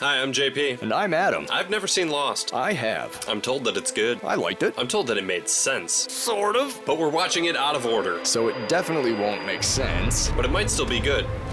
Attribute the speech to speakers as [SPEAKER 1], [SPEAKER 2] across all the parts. [SPEAKER 1] Hi, I'm JP.
[SPEAKER 2] And I'm Adam.
[SPEAKER 1] I've never seen Lost.
[SPEAKER 2] I have.
[SPEAKER 1] I'm told that it's good.
[SPEAKER 2] I liked it.
[SPEAKER 1] I'm told that it made sense. Sort of. But we're watching it out of order.
[SPEAKER 2] So it definitely won't make sense.
[SPEAKER 1] But it might still be good.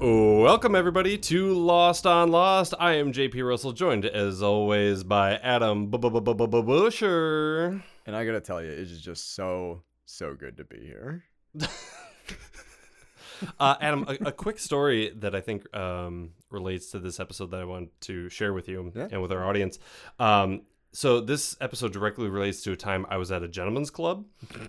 [SPEAKER 1] Welcome, everybody, to Lost on Lost. I am JP Russell, joined as always by Adam Busher.
[SPEAKER 2] And I gotta tell you, it is just so, so good to be here.
[SPEAKER 1] Uh, Adam, a, a quick story that I think um, relates to this episode that I want to share with you
[SPEAKER 2] Yeah.
[SPEAKER 1] and with our audience. Um, so this episode directly relates to a time I was at a gentleman's club.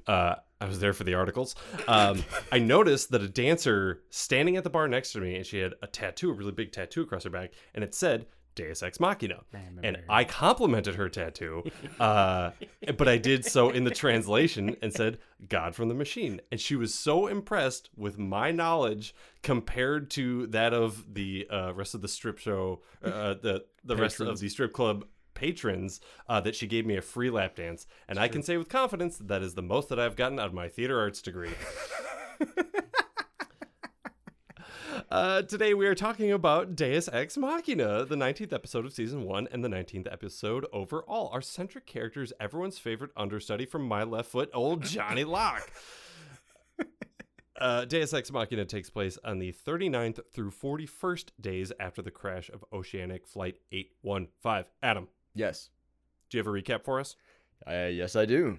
[SPEAKER 1] Uh, I was there for the articles. Um, I noticed that a dancer standing at the bar next to me, and she had a tattoo, a really big tattoo across her back, and it said Deus Ex Machina. And I complimented her tattoo, uh, but I did so in the translation and said, God from the machine. And she was so impressed with my knowledge compared to that of the uh, rest of the strip show, uh, the, the rest of the strip club patrons, uh, that she gave me a free lap dance. And I can say with confidence that, that is the most that I've gotten out of my theater arts degree. Uh, today we are talking about Deus Ex Machina, the 19th episode of season one and the 19th episode overall. Our centric character is everyone's favorite understudy from My Left Foot, old Johnny Locke. Uh, Deus Ex Machina takes place on the 39th through 41st days after the crash of Oceanic Flight 815. Adam,
[SPEAKER 2] Yes.
[SPEAKER 1] do you have a recap for us?
[SPEAKER 2] Uh, yes, I do.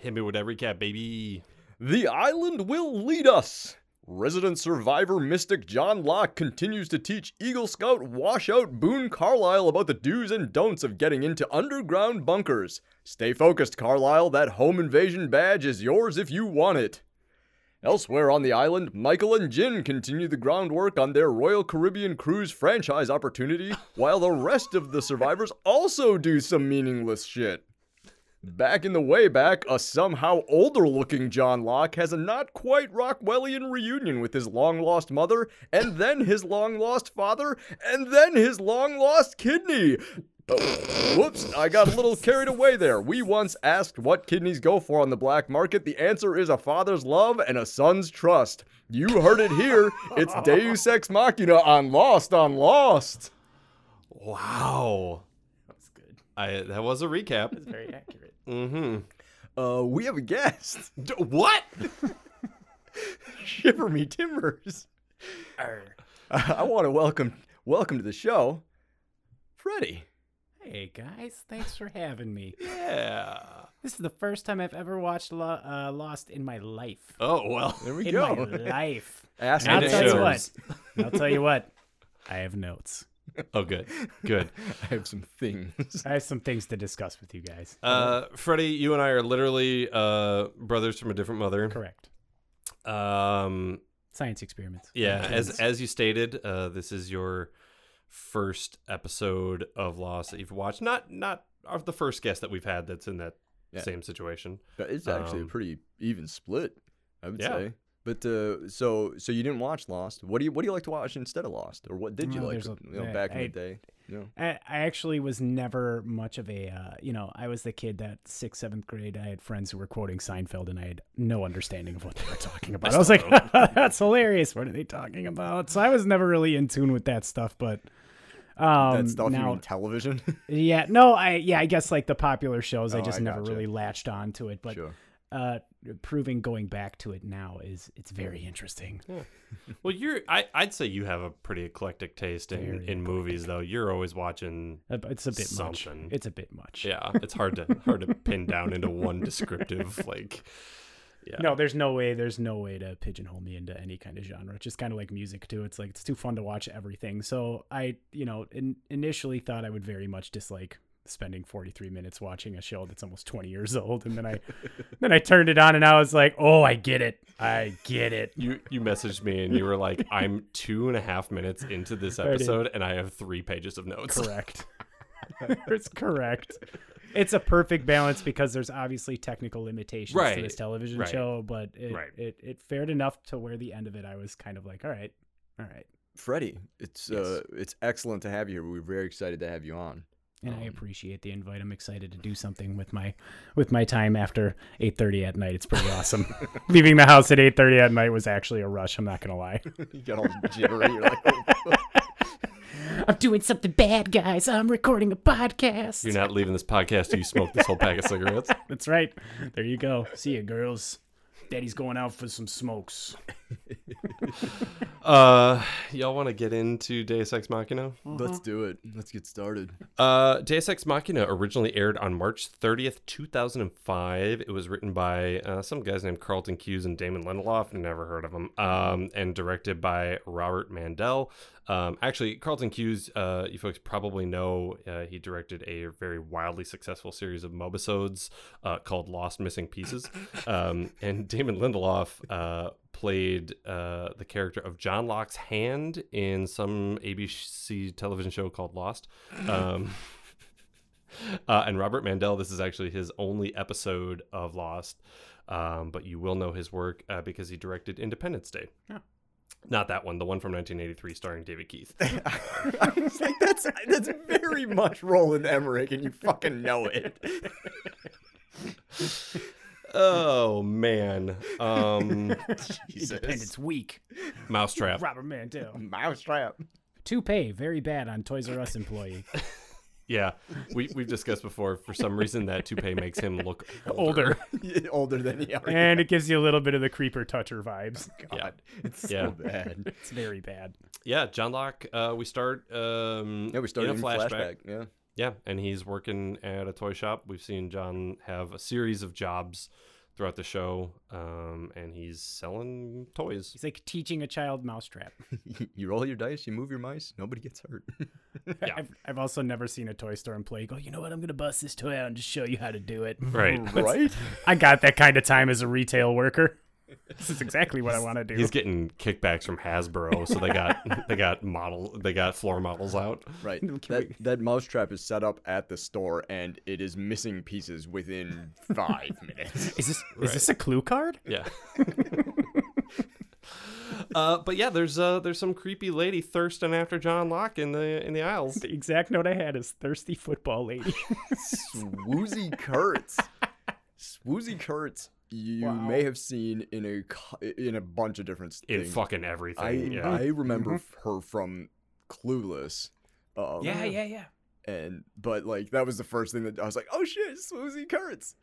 [SPEAKER 1] Hit me with that recap, baby.
[SPEAKER 2] The island will lead us. Resident survivor mystic John Locke continues to teach Eagle Scout washout Boone Carlisle about the do's and don'ts of getting into underground bunkers. Stay focused, Carlisle. That home invasion badge is yours if you want it. Elsewhere on the island, Michael and Jin continue the groundwork on their Royal Caribbean Cruise franchise opportunity, while the rest of the survivors also do some meaningless shit. Back in the way back, a somehow older looking John Locke has a not quite Rockwellian reunion with his long lost mother, and then his long lost father, and then his long lost kidney. Oh, whoops, I got a little carried away there. We once asked what kidneys go for on the black market. The answer is a father's love and a son's trust. You heard it here. It's Deus Ex Machina on Lost on Lost.
[SPEAKER 1] Wow.
[SPEAKER 3] That was good.
[SPEAKER 1] I, that was a recap.
[SPEAKER 3] It's very accurate.
[SPEAKER 1] Mm-hmm.
[SPEAKER 2] Uh, we have a guest.
[SPEAKER 1] D- what?
[SPEAKER 2] Shiver me timbers.
[SPEAKER 3] Arr.
[SPEAKER 2] I want to welcome welcome to the show, Freddie.
[SPEAKER 3] Hey guys, thanks for having me.
[SPEAKER 1] Yeah.
[SPEAKER 3] This is the first time I've ever watched Lo- uh, Lost in my life.
[SPEAKER 1] Oh, well.
[SPEAKER 2] There we
[SPEAKER 3] in my
[SPEAKER 2] go.
[SPEAKER 3] life.
[SPEAKER 2] Ask
[SPEAKER 3] And
[SPEAKER 1] it
[SPEAKER 3] I'll tell you
[SPEAKER 1] shows.
[SPEAKER 3] what. I'll tell you what. I have notes.
[SPEAKER 1] Oh, good. Good.
[SPEAKER 2] I have some things.
[SPEAKER 3] I have some things to discuss with you guys.
[SPEAKER 1] Uh, Freddie, you and I are literally uh, brothers from a different mother.
[SPEAKER 3] Correct.
[SPEAKER 1] Um,
[SPEAKER 3] Science experiments.
[SPEAKER 1] yeah, as as you stated, uh, this is your first episode of Lost that you've watched. Not not of the first guest that we've had that's in that
[SPEAKER 2] Yeah.
[SPEAKER 1] same situation.
[SPEAKER 2] But it's actually a
[SPEAKER 1] Um,
[SPEAKER 2] pretty even split, I would
[SPEAKER 1] yeah.
[SPEAKER 2] say. But uh, so so you didn't watch Lost. What do you what do you like to watch instead of Lost, or what did you
[SPEAKER 3] Well,
[SPEAKER 2] like
[SPEAKER 3] there's a-
[SPEAKER 2] you know,
[SPEAKER 3] I-
[SPEAKER 2] back in
[SPEAKER 3] I-
[SPEAKER 2] the day? You know?
[SPEAKER 3] I, I actually was never much of a, uh, you know, I was the kid that sixth, seventh grade, I had friends who were quoting Seinfeld and I had no understanding of what they were talking about. I, was like, that's hilarious. What are they talking about? So I was never really in tune with that stuff, but. Um,
[SPEAKER 2] that stuff you
[SPEAKER 3] now,
[SPEAKER 2] mean television?
[SPEAKER 3] yeah, no, I, yeah, I guess like the popular shows, I
[SPEAKER 2] Oh,
[SPEAKER 3] just
[SPEAKER 2] I
[SPEAKER 3] never
[SPEAKER 2] gotcha.
[SPEAKER 3] really latched on to it, but,
[SPEAKER 2] sure.
[SPEAKER 3] uh, proving going back to it now is, it's very interesting.
[SPEAKER 1] Well, you're I I'd say you have a pretty eclectic taste in,
[SPEAKER 3] Very
[SPEAKER 1] in movies though. You're always watching.
[SPEAKER 3] Uh, but It's a bit
[SPEAKER 1] Something.
[SPEAKER 3] much. It's a bit much.
[SPEAKER 1] Yeah, it's hard to hard to pin down into one descriptive like.
[SPEAKER 3] No, there's no way. There's no way to pigeonhole me into any kind of genre. It's just kind of like music too. It's like it's too fun to watch everything. So I, you know, in, initially thought I would very much dislike spending 43 minutes watching a show that's almost 20 years old, and then I, then I turned it on and I was like, oh, I get it. I get it.
[SPEAKER 1] You you messaged me and you were like, I'm two and a half minutes into this
[SPEAKER 3] did.
[SPEAKER 1] episode and I have three pages of notes.
[SPEAKER 3] Correct. it's correct. It's a perfect balance because there's obviously technical limitations to
[SPEAKER 1] Right,
[SPEAKER 3] this television
[SPEAKER 1] right,
[SPEAKER 3] show, but it,
[SPEAKER 1] right.
[SPEAKER 3] it it fared enough to where the end of it I was kind of like, all right, all right.
[SPEAKER 2] Freddie, it's uh, it's excellent to have you here. We're very excited to have you on.
[SPEAKER 3] And I
[SPEAKER 2] Um,
[SPEAKER 3] appreciate the invite. I'm excited to do something with my with my time after 8:30 at night. It's pretty awesome. Leaving the house at 8:30 at night was actually a rush. I'm not gonna lie.
[SPEAKER 2] you got all jittery. You're like, "Oh,
[SPEAKER 3] I'm doing something bad, guys. I'm recording a podcast.
[SPEAKER 1] You're not leaving this podcast till you smoke this whole pack of cigarettes.
[SPEAKER 3] That's right. There you go. See you, girls. Daddy's going out for some smokes.
[SPEAKER 1] Uh, y'all want to get into Deus Ex Machina?
[SPEAKER 2] let's do it. Let's get started.
[SPEAKER 1] Uh, Deus Ex Machina originally aired on March 30th, 2005. It was written by uh, some guys named Carlton Cuse and Damon Lindelof. Never heard of them. Um, and directed by Robert Mandel. Um, actually, Carlton Cuse, uh, you folks probably know, uh, he directed a very wildly successful series of mobisodes uh, called Lost Missing Pieces. Um, and Damon Lindelof uh, played uh, the character of John Locke's hand in some ABC television show called Lost. Um, uh, and Robert Mandel, this is actually his only episode of Lost, um, but you will know his work uh, because he directed Independence Day.
[SPEAKER 3] Yeah.
[SPEAKER 1] Not that one, the one from 1983 starring David Keith.
[SPEAKER 2] I was like, that's that's very much Roland Emmerich, and you fucking know it.
[SPEAKER 1] oh, man. Um,
[SPEAKER 2] Jesus.
[SPEAKER 3] Independence Week.
[SPEAKER 1] Mousetrap.
[SPEAKER 3] Robert Mandel.
[SPEAKER 2] Mousetrap.
[SPEAKER 3] Toupee, very bad on Toys R Us employee.
[SPEAKER 1] Yeah. We, we've discussed before, for some reason, that toupee makes him look older.
[SPEAKER 3] Older.
[SPEAKER 2] Older than he already.
[SPEAKER 3] and it gives you a little bit of the creeper toucher vibes.
[SPEAKER 1] Yeah.
[SPEAKER 2] God, it's
[SPEAKER 1] Yeah.
[SPEAKER 2] so bad.
[SPEAKER 3] It's very bad.
[SPEAKER 1] Yeah, John Locke, uh, we start um,
[SPEAKER 2] Yeah, we started in flashback. Yeah.
[SPEAKER 1] Yeah, and he's working at a toy shop. We've seen John have a series of jobs throughout the show, um, and he's selling toys.
[SPEAKER 3] He's like teaching a child mousetrap.
[SPEAKER 2] You roll your dice, you move your mice, nobody gets hurt.
[SPEAKER 1] Yeah.
[SPEAKER 3] I've, I've also never seen a toy store employee go, you know what, I'm going to bust this toy out and just show you how to do it.
[SPEAKER 1] Right.
[SPEAKER 2] right?
[SPEAKER 3] I got that kind of time as a retail worker. This is exactly what I want to do.
[SPEAKER 1] He's getting kickbacks from Hasbro, so they got they got model they got floor models out.
[SPEAKER 2] Right.
[SPEAKER 3] Can
[SPEAKER 2] That,
[SPEAKER 3] we-
[SPEAKER 2] that mousetrap is set up at the store and it is missing pieces within five minutes.
[SPEAKER 3] Is this is this a clue card?
[SPEAKER 1] Yeah. uh, but yeah, there's uh, there's some creepy lady thirsting after John Locke in the in the aisles.
[SPEAKER 3] The exact note I had is thirsty football lady.
[SPEAKER 2] Swoozy Kurtz. Swoozy Kurtz, you may have seen in a co- in a bunch of different
[SPEAKER 1] In
[SPEAKER 2] things.
[SPEAKER 1] fucking
[SPEAKER 2] I
[SPEAKER 1] everything. yeah.
[SPEAKER 2] I remember her from Clueless. Um,
[SPEAKER 3] Mm-hmm. yeah, yeah.
[SPEAKER 2] and but like that was the first thing that I was like, oh shit, Swoozy Kurtz.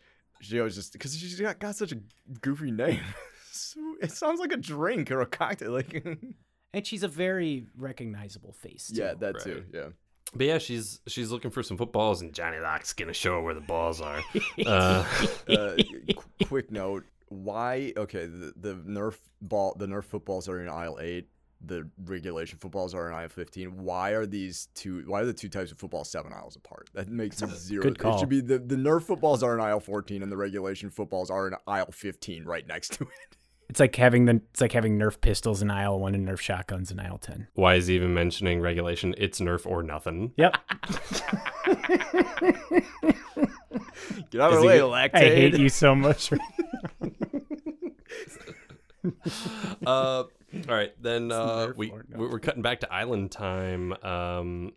[SPEAKER 2] She was just because she's got, got such a goofy name. Swo- it sounds like a drink or a cocktail. Like
[SPEAKER 3] And she's a very recognizable face.
[SPEAKER 2] yeah, that
[SPEAKER 1] right.
[SPEAKER 2] too. Yeah,
[SPEAKER 1] But yeah, she's she's looking for some footballs, and Johnny Locke's gonna show her where the balls are. Uh,
[SPEAKER 2] uh, qu- quick note why okay the, the nerf ball the nerf footballs are in aisle 8 the regulation footballs are in aisle 15 why are these two why are the two types of football seven aisles apart that makes zero
[SPEAKER 3] good
[SPEAKER 2] it
[SPEAKER 3] call.
[SPEAKER 2] should be the, the nerf footballs are in aisle 14 and the regulation footballs are in aisle 15 right next to it
[SPEAKER 3] It's like having the it's like having Nerf pistols in aisle one and Nerf shotguns in aisle ten.
[SPEAKER 1] Why is he even mentioning regulation? It's Nerf or nothing.
[SPEAKER 3] Yep.
[SPEAKER 2] get out of
[SPEAKER 1] Is
[SPEAKER 2] the
[SPEAKER 1] he
[SPEAKER 2] way
[SPEAKER 1] get-
[SPEAKER 2] lactate
[SPEAKER 3] I hate you so much.
[SPEAKER 1] Uh, all right, then uh,
[SPEAKER 3] Nerf
[SPEAKER 1] we
[SPEAKER 3] or nothing.
[SPEAKER 1] we- we're cutting back to island time. Um,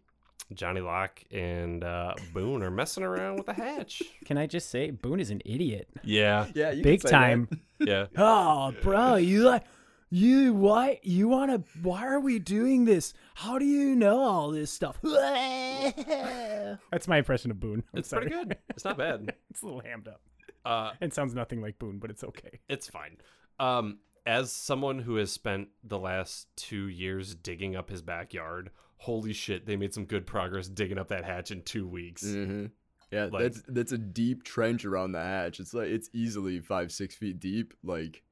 [SPEAKER 1] Johnny Locke and uh, Boone are messing around with the hatch.
[SPEAKER 3] Can I just say Boone is an idiot.
[SPEAKER 1] Yeah,
[SPEAKER 2] yeah you can
[SPEAKER 3] Big
[SPEAKER 2] say that.
[SPEAKER 3] time.
[SPEAKER 1] yeah.
[SPEAKER 3] Oh, bro, you like you why you want to why are we doing this? How do you know all this stuff? That's my impression of Boone. I'm
[SPEAKER 1] It's
[SPEAKER 3] sorry.
[SPEAKER 1] pretty good. It's not bad.
[SPEAKER 3] It's a little hammed up.
[SPEAKER 1] Uh,
[SPEAKER 3] It sounds nothing like Boone, but it's okay.
[SPEAKER 1] it's fine. Um, as someone who has spent the last two years digging up his backyard, holy shit, they made some good progress digging up that hatch in two weeks.
[SPEAKER 2] hmm Yeah,
[SPEAKER 1] Like-
[SPEAKER 2] that's that's a deep trench around the hatch. It's like it's easily five six feet deep, like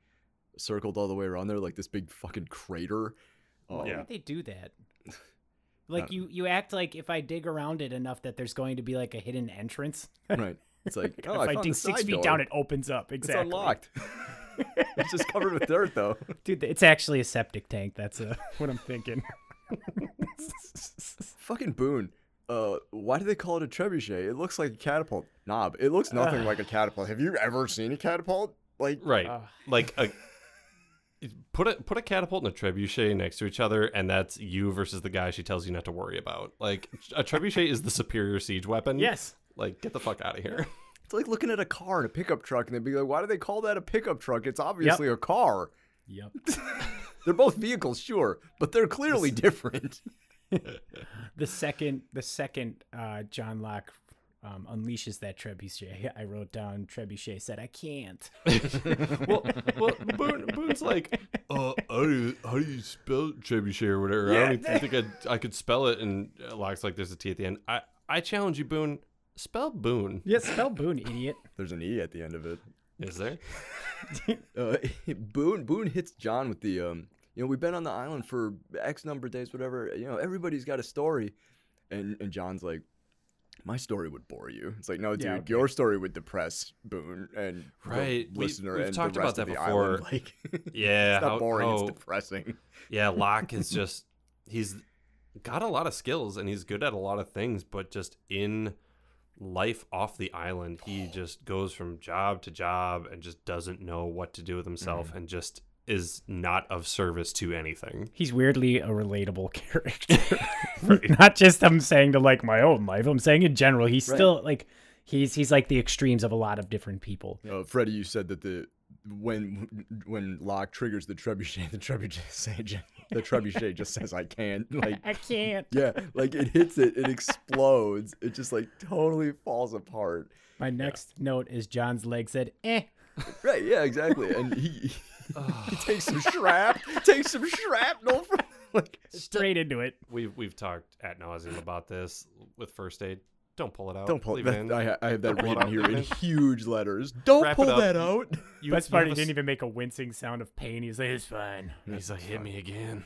[SPEAKER 2] circled all the way around there, like this big fucking crater. Um,
[SPEAKER 1] Yeah.
[SPEAKER 3] they do that? Like you, you act like if I dig around it enough that there's going to be like a hidden entrance.
[SPEAKER 2] right. It's like oh, I
[SPEAKER 3] if I,
[SPEAKER 2] found
[SPEAKER 3] dig
[SPEAKER 2] the
[SPEAKER 3] six
[SPEAKER 2] side
[SPEAKER 3] feet
[SPEAKER 2] door.
[SPEAKER 3] down, it opens up. Exactly.
[SPEAKER 2] It's unlocked. it's just covered with dirt though.
[SPEAKER 3] Dude, it's actually a septic tank. That's uh, what I'm thinking.
[SPEAKER 2] fucking Boone. uh, why do they call it a trebuchet? It looks like a catapult. Knob. It looks nothing like a catapult. Have you ever seen a catapult? Like,
[SPEAKER 1] Right.
[SPEAKER 3] Ah.
[SPEAKER 1] like a put a put a catapult and a trebuchet next to each other and that's you versus the guy she tells you not to worry about. Like a trebuchet is the superior siege weapon.
[SPEAKER 3] Yes.
[SPEAKER 1] Like get the fuck out of here.
[SPEAKER 2] it's like looking at a car and a pickup truck, and they'd be like, why do they call that a pickup truck? It's obviously a car.
[SPEAKER 3] Yep.
[SPEAKER 2] They're both vehicles, sure, but they're clearly different.
[SPEAKER 3] The second the second uh, John Locke um, unleashes that trebuchet, I wrote down trebuchet said I can't.
[SPEAKER 1] well, well Boone, Boone's like, uh, how do you, how do you spell trebuchet or whatever? I don't
[SPEAKER 3] Yeah.
[SPEAKER 1] even think I, I could spell it. And Locke's like, there's a T at the end. I, I challenge you, Boone. Spell Boone.
[SPEAKER 3] Yes, spell Boone, idiot.
[SPEAKER 2] There's an E at the end of it.
[SPEAKER 1] Is there?
[SPEAKER 2] Uh, Boone Boone hits John with the um, you know, we've been on the island for X number of days, whatever. You know, everybody's got a story, and and John's like, my story would bore you. It's like, no, dude,
[SPEAKER 3] Yeah, okay.
[SPEAKER 2] your story would depress Boone and the
[SPEAKER 1] Right, we-
[SPEAKER 2] listener
[SPEAKER 1] we've
[SPEAKER 2] and
[SPEAKER 1] talked
[SPEAKER 2] the
[SPEAKER 1] about
[SPEAKER 2] rest
[SPEAKER 1] that
[SPEAKER 2] of the island.
[SPEAKER 1] before.
[SPEAKER 2] Like, it's
[SPEAKER 1] Yeah.
[SPEAKER 2] not
[SPEAKER 1] how-
[SPEAKER 2] boring.
[SPEAKER 1] how-
[SPEAKER 2] It's depressing.
[SPEAKER 1] yeah, Locke is just he's got a lot of skills and he's good at a lot of things, but just in life off the island, he just goes from job to job and just doesn't know what to do with himself
[SPEAKER 2] Mm.
[SPEAKER 1] and just is not of service to anything.
[SPEAKER 3] He's weirdly a relatable character. Not just I'm saying to like my own life. I'm saying in general. He's
[SPEAKER 2] Right.
[SPEAKER 3] still like he's he's like the extremes of a lot of different people.
[SPEAKER 2] Uh, Freddie, you said that the when when Locke triggers the trebuchet, the trebuchet say, the trebuchet just says, "I can't." Like,
[SPEAKER 3] I can't.
[SPEAKER 2] yeah, like it hits it, it explodes, it just like totally falls apart.
[SPEAKER 3] My next note is John's leg said, eh.
[SPEAKER 2] Right? Yeah, exactly. And he he takes some shrap, takes some shrapnel from like.
[SPEAKER 3] Straight into it.
[SPEAKER 1] We've we've talked ad nauseum about this with first aid. Don't pull it out.
[SPEAKER 2] Don't pull
[SPEAKER 1] Oh, Leave it
[SPEAKER 2] that.
[SPEAKER 1] in.
[SPEAKER 2] I, ha- I have that
[SPEAKER 1] Don't pull it
[SPEAKER 2] written
[SPEAKER 1] out,
[SPEAKER 2] here
[SPEAKER 1] leave it
[SPEAKER 2] in
[SPEAKER 1] in.
[SPEAKER 2] huge letters. Don't
[SPEAKER 1] Wrap it
[SPEAKER 2] pull
[SPEAKER 1] up.
[SPEAKER 2] that out.
[SPEAKER 1] You-
[SPEAKER 3] Best
[SPEAKER 1] you have
[SPEAKER 3] part, he
[SPEAKER 1] a
[SPEAKER 3] didn't
[SPEAKER 1] s-
[SPEAKER 3] even make a wincing sound of pain. He's like, it's fine.
[SPEAKER 1] He's like, hit me again.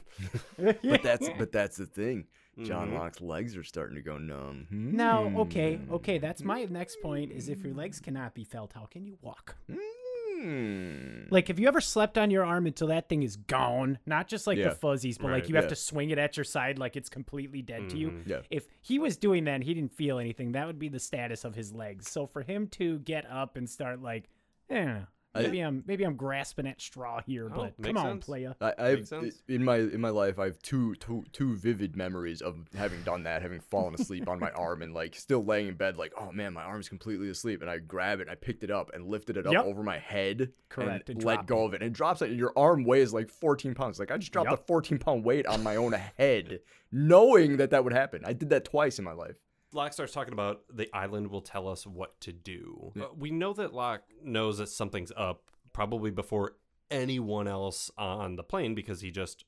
[SPEAKER 2] But that's but that's the thing. John
[SPEAKER 1] Mhm.
[SPEAKER 2] Locke's legs are starting to go numb.
[SPEAKER 3] No,
[SPEAKER 2] Hmm.
[SPEAKER 3] okay, okay. That's my next point is if your legs cannot be felt, how can you walk?
[SPEAKER 2] Hmm. Mm.
[SPEAKER 3] Like, have you ever slept on your arm until that thing is gone? Not just like
[SPEAKER 2] Yeah.
[SPEAKER 3] the fuzzies, but
[SPEAKER 1] Right,
[SPEAKER 3] like you
[SPEAKER 2] yeah. Mm-hmm.
[SPEAKER 3] have to swing it at your side like it's completely dead to you.
[SPEAKER 2] Yeah.
[SPEAKER 3] If he was doing that and he didn't feel anything, that would be the status of his legs. So for him to get up and start like, eh,
[SPEAKER 2] I- Oh,
[SPEAKER 3] maybe I, am maybe I'm grasping at straw here, but
[SPEAKER 1] makes
[SPEAKER 3] come on,
[SPEAKER 1] sense.
[SPEAKER 3] playa.
[SPEAKER 2] I, I've
[SPEAKER 1] Makes sense.
[SPEAKER 2] in my in my life I've two two two vivid memories of having done that, having fallen asleep on my arm and like still laying in bed, like oh man, my arm's completely asleep, and I grab it, and I picked it up and lifted it up
[SPEAKER 3] Yep.
[SPEAKER 2] over my head,
[SPEAKER 3] Correct,
[SPEAKER 2] and,
[SPEAKER 3] and
[SPEAKER 2] let
[SPEAKER 3] dropped
[SPEAKER 2] go of it, and it drops it, and your arm weighs like 14 pounds. Like I just dropped a
[SPEAKER 3] Yep.
[SPEAKER 2] 14 pound weight on my own head, knowing that that would happen. I did that twice in my life.
[SPEAKER 1] Locke starts talking about the island will tell us what to do. Uh, we know that Locke knows that something's up probably before anyone else on the plane because he just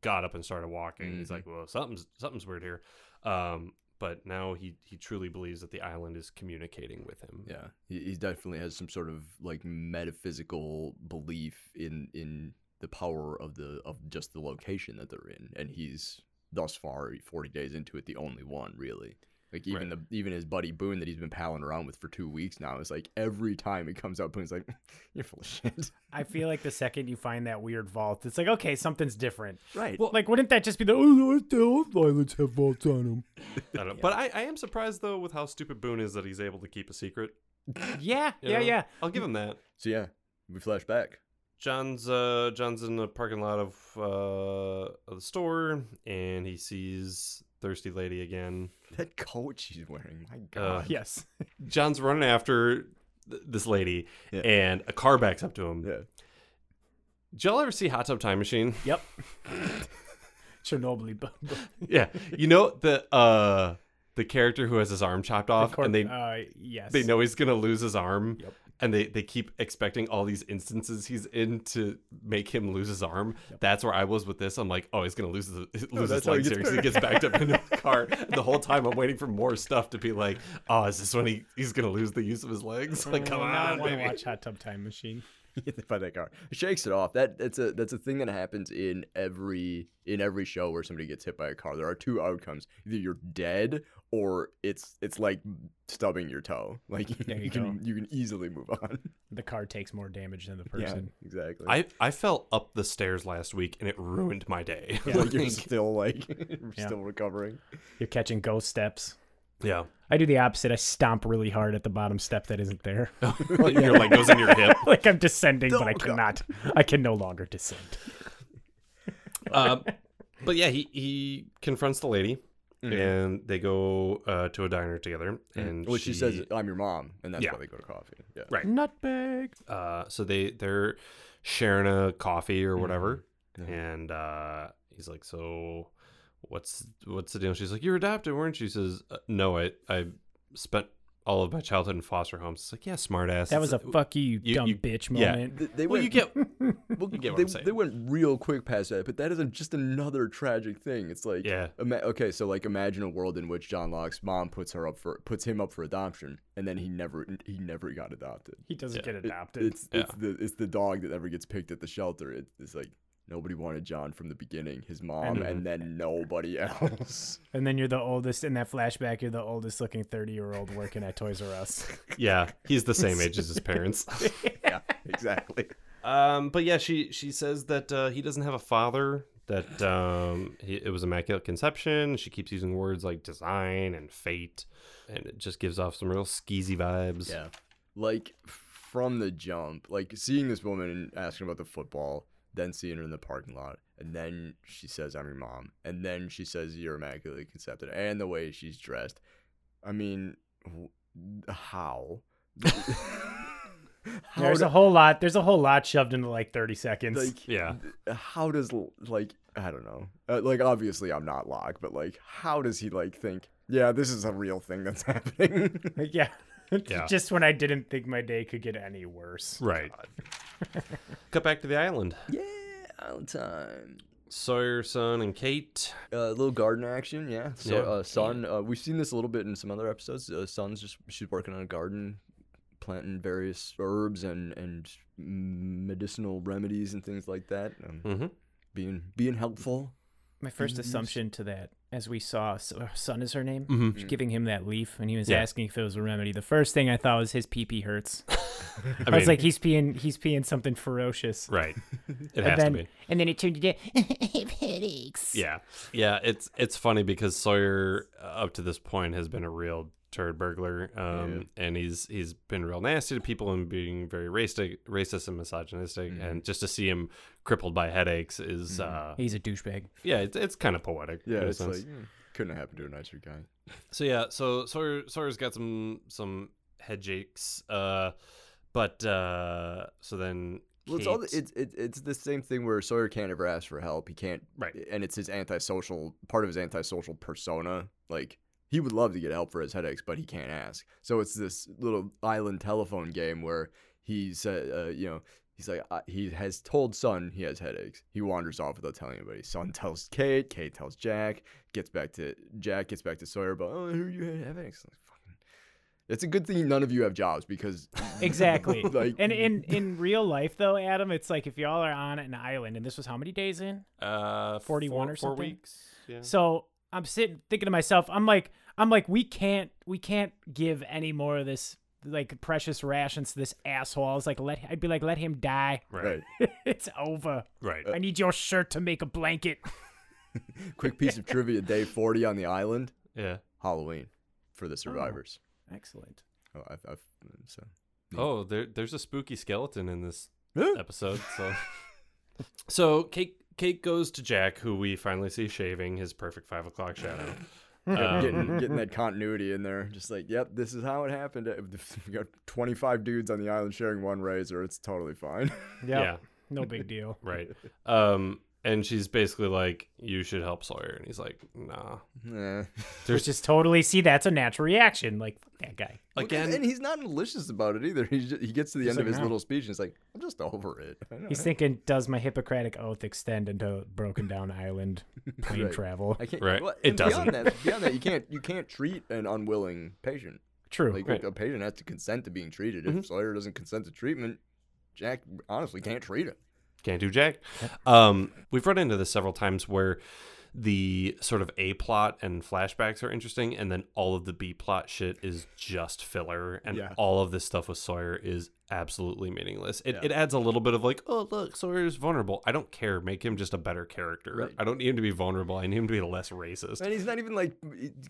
[SPEAKER 1] got up and started walking. He's
[SPEAKER 2] Mhm.
[SPEAKER 1] like, "Well, something's something's weird here." Um, but now he he truly believes that the island is communicating with him.
[SPEAKER 2] Yeah, he, he definitely has some sort of like metaphysical belief in in the power of the of just the location that they're in, and he's thus far forty days into it the only one really. Like even the even his buddy Boone that he's been palling around with for two weeks now is like every time he comes out, Boone's like, "You're full of shit."
[SPEAKER 3] I feel like the second you find that weird vault, it's like, okay, something's different.
[SPEAKER 2] Right.
[SPEAKER 1] Well-
[SPEAKER 3] Like, wouldn't that just be the, oh, the old violets have vaults on them?
[SPEAKER 1] I don't know. But I, I am surprised though with how stupid Boone is that he's able to keep a secret.
[SPEAKER 3] Yeah,
[SPEAKER 1] you
[SPEAKER 3] yeah,
[SPEAKER 1] know?
[SPEAKER 3] yeah.
[SPEAKER 1] I'll give him that.
[SPEAKER 2] so yeah, we flash back.
[SPEAKER 1] John's uh John's in the parking lot of uh of the store and he sees thirsty lady again.
[SPEAKER 2] That coat she's wearing, my
[SPEAKER 1] Uh,
[SPEAKER 2] god.
[SPEAKER 3] Yes.
[SPEAKER 1] John's running after th- this lady
[SPEAKER 2] Yeah.
[SPEAKER 1] and a car backs up to him.
[SPEAKER 2] yeah.
[SPEAKER 1] Did y'all ever see Hot Tub Time Machine?
[SPEAKER 3] Yep. Chernobyl. but- but
[SPEAKER 1] yeah. You know the uh the character who has his arm chopped off
[SPEAKER 3] cor-
[SPEAKER 1] and they
[SPEAKER 3] uh, yes.
[SPEAKER 1] they know he's gonna lose his arm.
[SPEAKER 3] Yep.
[SPEAKER 1] And they, they keep expecting all these instances he's in to make him lose his arm. That's where I was with this. I'm like, oh, he's gonna lose his lose his
[SPEAKER 2] that's how he
[SPEAKER 1] legs
[SPEAKER 2] gets
[SPEAKER 1] here 'cause he gets backed up into the car. The whole time I'm waiting for more stuff to be like, oh, is this when he, he's gonna lose the use of his legs? Like, come
[SPEAKER 3] Well, now I
[SPEAKER 1] on,
[SPEAKER 3] want
[SPEAKER 1] baby.
[SPEAKER 3] to watch Hot Tub Time Machine.
[SPEAKER 2] hit by that car. Shakes it off. That that's a that's a thing that happens in every in every show where somebody gets hit by a car. There are two outcomes: either you're dead or it's it's like stubbing your toe. Like you,
[SPEAKER 3] There you
[SPEAKER 2] can you can easily move on.
[SPEAKER 3] The car takes more damage than the person.
[SPEAKER 2] Yeah, exactly.
[SPEAKER 1] I, I fell up the stairs last week and it ruined my day.
[SPEAKER 3] Yeah.
[SPEAKER 2] like you're
[SPEAKER 1] Like,
[SPEAKER 2] still like
[SPEAKER 3] Yeah.
[SPEAKER 2] still recovering.
[SPEAKER 3] You're catching ghost steps.
[SPEAKER 1] Yeah.
[SPEAKER 3] I do the opposite. I stomp really hard at the bottom step that isn't there.
[SPEAKER 1] Your leg goes in your hip.
[SPEAKER 3] like I'm descending, but I cannot. I can no longer descend.
[SPEAKER 1] Um, but yeah, he, he confronts the lady and they go uh, to a diner together. And
[SPEAKER 2] Well, she, says, "I'm your mom," and that's
[SPEAKER 1] Yeah.
[SPEAKER 2] why they go to coffee. Yeah.
[SPEAKER 1] Oh, Right.
[SPEAKER 3] Nutbag.
[SPEAKER 1] uh, so they they're sharing a coffee or whatever, and uh, he's like, "So, what's what's the deal?" She's like, "You're adopted, weren't you?" She says, uh, "No, I I spent all of my childhood in foster homes." It's like, "Yeah, smartass."
[SPEAKER 3] That was a
[SPEAKER 1] It's-
[SPEAKER 3] fuck you,
[SPEAKER 1] you-
[SPEAKER 3] dumb
[SPEAKER 1] you-
[SPEAKER 3] bitch
[SPEAKER 1] yeah.
[SPEAKER 3] moment.
[SPEAKER 2] Th- They
[SPEAKER 1] well,
[SPEAKER 2] went,
[SPEAKER 1] you get
[SPEAKER 2] well,
[SPEAKER 1] you get what
[SPEAKER 2] they,
[SPEAKER 1] I'm saying.
[SPEAKER 2] they went real quick past that, but that isn't just another tragic thing. It's like,
[SPEAKER 1] Yeah.
[SPEAKER 2] ima- okay, so like imagine a world in which John Locke's mom puts her up for puts him up for adoption, and then he never he never got adopted.
[SPEAKER 3] He doesn't get
[SPEAKER 2] It-
[SPEAKER 3] adopted.
[SPEAKER 2] it's it's the it's the dog that never gets picked at the shelter. It, it's like nobody wanted John from the beginning, his mom, and then nobody else.
[SPEAKER 3] and then you're the oldest in that flashback. You're the oldest looking thirty year old working at Toys R Us.
[SPEAKER 1] yeah, he's the same age as his parents.
[SPEAKER 2] yeah, exactly.
[SPEAKER 1] um, but yeah, she she says that uh, he doesn't have a father. That um, he, it was immaculate conception. She keeps using words like design and fate, and it just gives off some real skeezy vibes.
[SPEAKER 2] Yeah. Like from the jump, like seeing this woman and asking about the football, then seeing her in the parking lot, and then she says, I'm your mom. And then she says, You're immaculately concepted. And the way she's dressed. I mean, w- how? how
[SPEAKER 3] There's
[SPEAKER 2] do-
[SPEAKER 3] a whole lot. There's a whole lot shoved into like thirty seconds.
[SPEAKER 2] like,
[SPEAKER 1] yeah.
[SPEAKER 2] how does, l- like, I don't know. Uh, like, obviously, I'm not Locke, but like, how does he, like, think, yeah, this is a real thing that's happening?
[SPEAKER 3] Like, yeah.
[SPEAKER 1] Yeah.
[SPEAKER 3] Just when I didn't think my day could get any worse.
[SPEAKER 1] Right. Cut back to the island.
[SPEAKER 2] yeah, island time.
[SPEAKER 1] Sawyer, son, and Kate.
[SPEAKER 2] uh, little garden action, yeah. So,
[SPEAKER 1] Yeah.
[SPEAKER 2] uh, Sun, uh, we've seen this a little bit in some other episodes. Uh, Sun's just she's working on a garden, planting various herbs and and medicinal remedies and things like that. Um,
[SPEAKER 1] Mhm.
[SPEAKER 2] Being being helpful.
[SPEAKER 3] My
[SPEAKER 2] Mm-hmm.
[SPEAKER 3] first assumption to that, as we saw, S- uh, Sun is her name,
[SPEAKER 2] Mm.
[SPEAKER 1] Mhm.
[SPEAKER 3] She's giving him that leaf, and he was
[SPEAKER 1] Yeah.
[SPEAKER 3] asking if it was a remedy. The first thing I thought was his pee pee hurts. I,
[SPEAKER 1] I,
[SPEAKER 3] was like, he's peeing, he's peeing something ferocious.
[SPEAKER 1] right. It
[SPEAKER 3] And
[SPEAKER 1] has
[SPEAKER 3] then,
[SPEAKER 1] to be.
[SPEAKER 3] and then it turned into I have headaches.
[SPEAKER 1] Yeah, yeah. It's it's funny because Sawyer, uh, up to this point, has been a real turd burglar, um, and he's he's been real nasty to people and being very racist, racist and misogynistic,
[SPEAKER 2] Mm-hmm.
[SPEAKER 1] and just to see him crippled by headaches is, uh,
[SPEAKER 3] He's a douchebag.
[SPEAKER 1] yeah, it's, it's kind of poetic.
[SPEAKER 2] Yeah,
[SPEAKER 1] in a
[SPEAKER 2] it's
[SPEAKER 1] sense.
[SPEAKER 2] like mm, couldn't have happened to a nicer guy.
[SPEAKER 1] So yeah, so Sawyer Sawyer's got some some head aches, uh, but uh, so then
[SPEAKER 2] Well, it's all
[SPEAKER 1] Kate-
[SPEAKER 2] the, it's it, it's the same thing where Sawyer can't ever ask for help. He can't,
[SPEAKER 1] Right.
[SPEAKER 2] And it's his antisocial part of his antisocial persona. Like he would love to get help for his headaches, but he can't ask. So it's this little island telephone game where he's uh, uh, you know he's like uh, he has told Son he has headaches. He wanders off without telling anybody. Son tells Kate. Kate tells Jack. Gets back to Jack. Gets back to Sawyer. But oh, I heard you had headaches. Like, fucking. It's a good thing none of you have jobs because
[SPEAKER 3] Exactly.
[SPEAKER 2] Like-
[SPEAKER 3] and in in real life though, Adam, it's like if y'all are on an island, and this was how many days in?
[SPEAKER 1] uh,
[SPEAKER 3] 41
[SPEAKER 1] four,
[SPEAKER 3] or
[SPEAKER 1] Four
[SPEAKER 3] something?
[SPEAKER 1] weeks. Yeah.
[SPEAKER 3] So I'm sitting thinking to myself, I'm like, I'm like, we can't, we can't give any more of this like precious rations to this asshole. I was like, let, I'd be like, let him die.
[SPEAKER 2] right.
[SPEAKER 3] it's over.
[SPEAKER 1] Right.
[SPEAKER 2] Uh,
[SPEAKER 3] I need your shirt to make a blanket.
[SPEAKER 2] Quick piece of trivia: Day forty on the island,
[SPEAKER 1] yeah.
[SPEAKER 2] Halloween, for
[SPEAKER 3] Oh.
[SPEAKER 2] the survivors.
[SPEAKER 3] Excellent.
[SPEAKER 2] Oh, I've, I've so
[SPEAKER 1] Oh, there, there's a spooky skeleton in this
[SPEAKER 2] Huh?
[SPEAKER 1] episode. So, so Kate Kate goes to Jack, who we finally see shaving his perfect five o'clock shadow. Um,
[SPEAKER 2] getting getting that continuity in there. Just like, yep, this is how it happened. We got twenty five dudes on the island sharing one razor. It's totally fine.
[SPEAKER 1] yeah.
[SPEAKER 3] No big deal.
[SPEAKER 1] Right. Um, and she's basically like, "You should help Sawyer," and he's like, "Nah."
[SPEAKER 2] Nah.
[SPEAKER 1] There's
[SPEAKER 3] Just totally see that's a natural reaction. Like fuck that guy.
[SPEAKER 1] again.
[SPEAKER 2] and he's not malicious about it either. He's just, he gets to the end
[SPEAKER 3] like,
[SPEAKER 2] of his
[SPEAKER 3] no.
[SPEAKER 2] little speech and he's like, I'm just over it. I don't-
[SPEAKER 3] He's thinking, does my Hippocratic oath extend into broken down island plane
[SPEAKER 2] Right.
[SPEAKER 3] travel?
[SPEAKER 2] I can't.
[SPEAKER 1] Right.
[SPEAKER 2] well,
[SPEAKER 1] It
[SPEAKER 2] and Beyond
[SPEAKER 1] doesn't.
[SPEAKER 2] that, beyond that, you can't you can't treat an unwilling patient.
[SPEAKER 3] True.
[SPEAKER 2] Like
[SPEAKER 1] Right. Mm-hmm.
[SPEAKER 2] a patient has to consent to being treated. If Sawyer doesn't consent to treatment, Jack honestly can't treat him.
[SPEAKER 1] Can't do jack. Um, we've run into this several times where the sort of A plot and flashbacks are interesting, and then all of the B plot shit is just filler, and
[SPEAKER 2] Yeah.
[SPEAKER 1] all of this stuff with Sawyer is absolutely meaningless. It,
[SPEAKER 2] Yeah.
[SPEAKER 1] it adds a little bit of like, oh look, Sawyer's vulnerable. I don't care. Make him just a better character.
[SPEAKER 2] Right.
[SPEAKER 1] I don't need him to be vulnerable. I need him to be less racist.
[SPEAKER 2] And he's not even like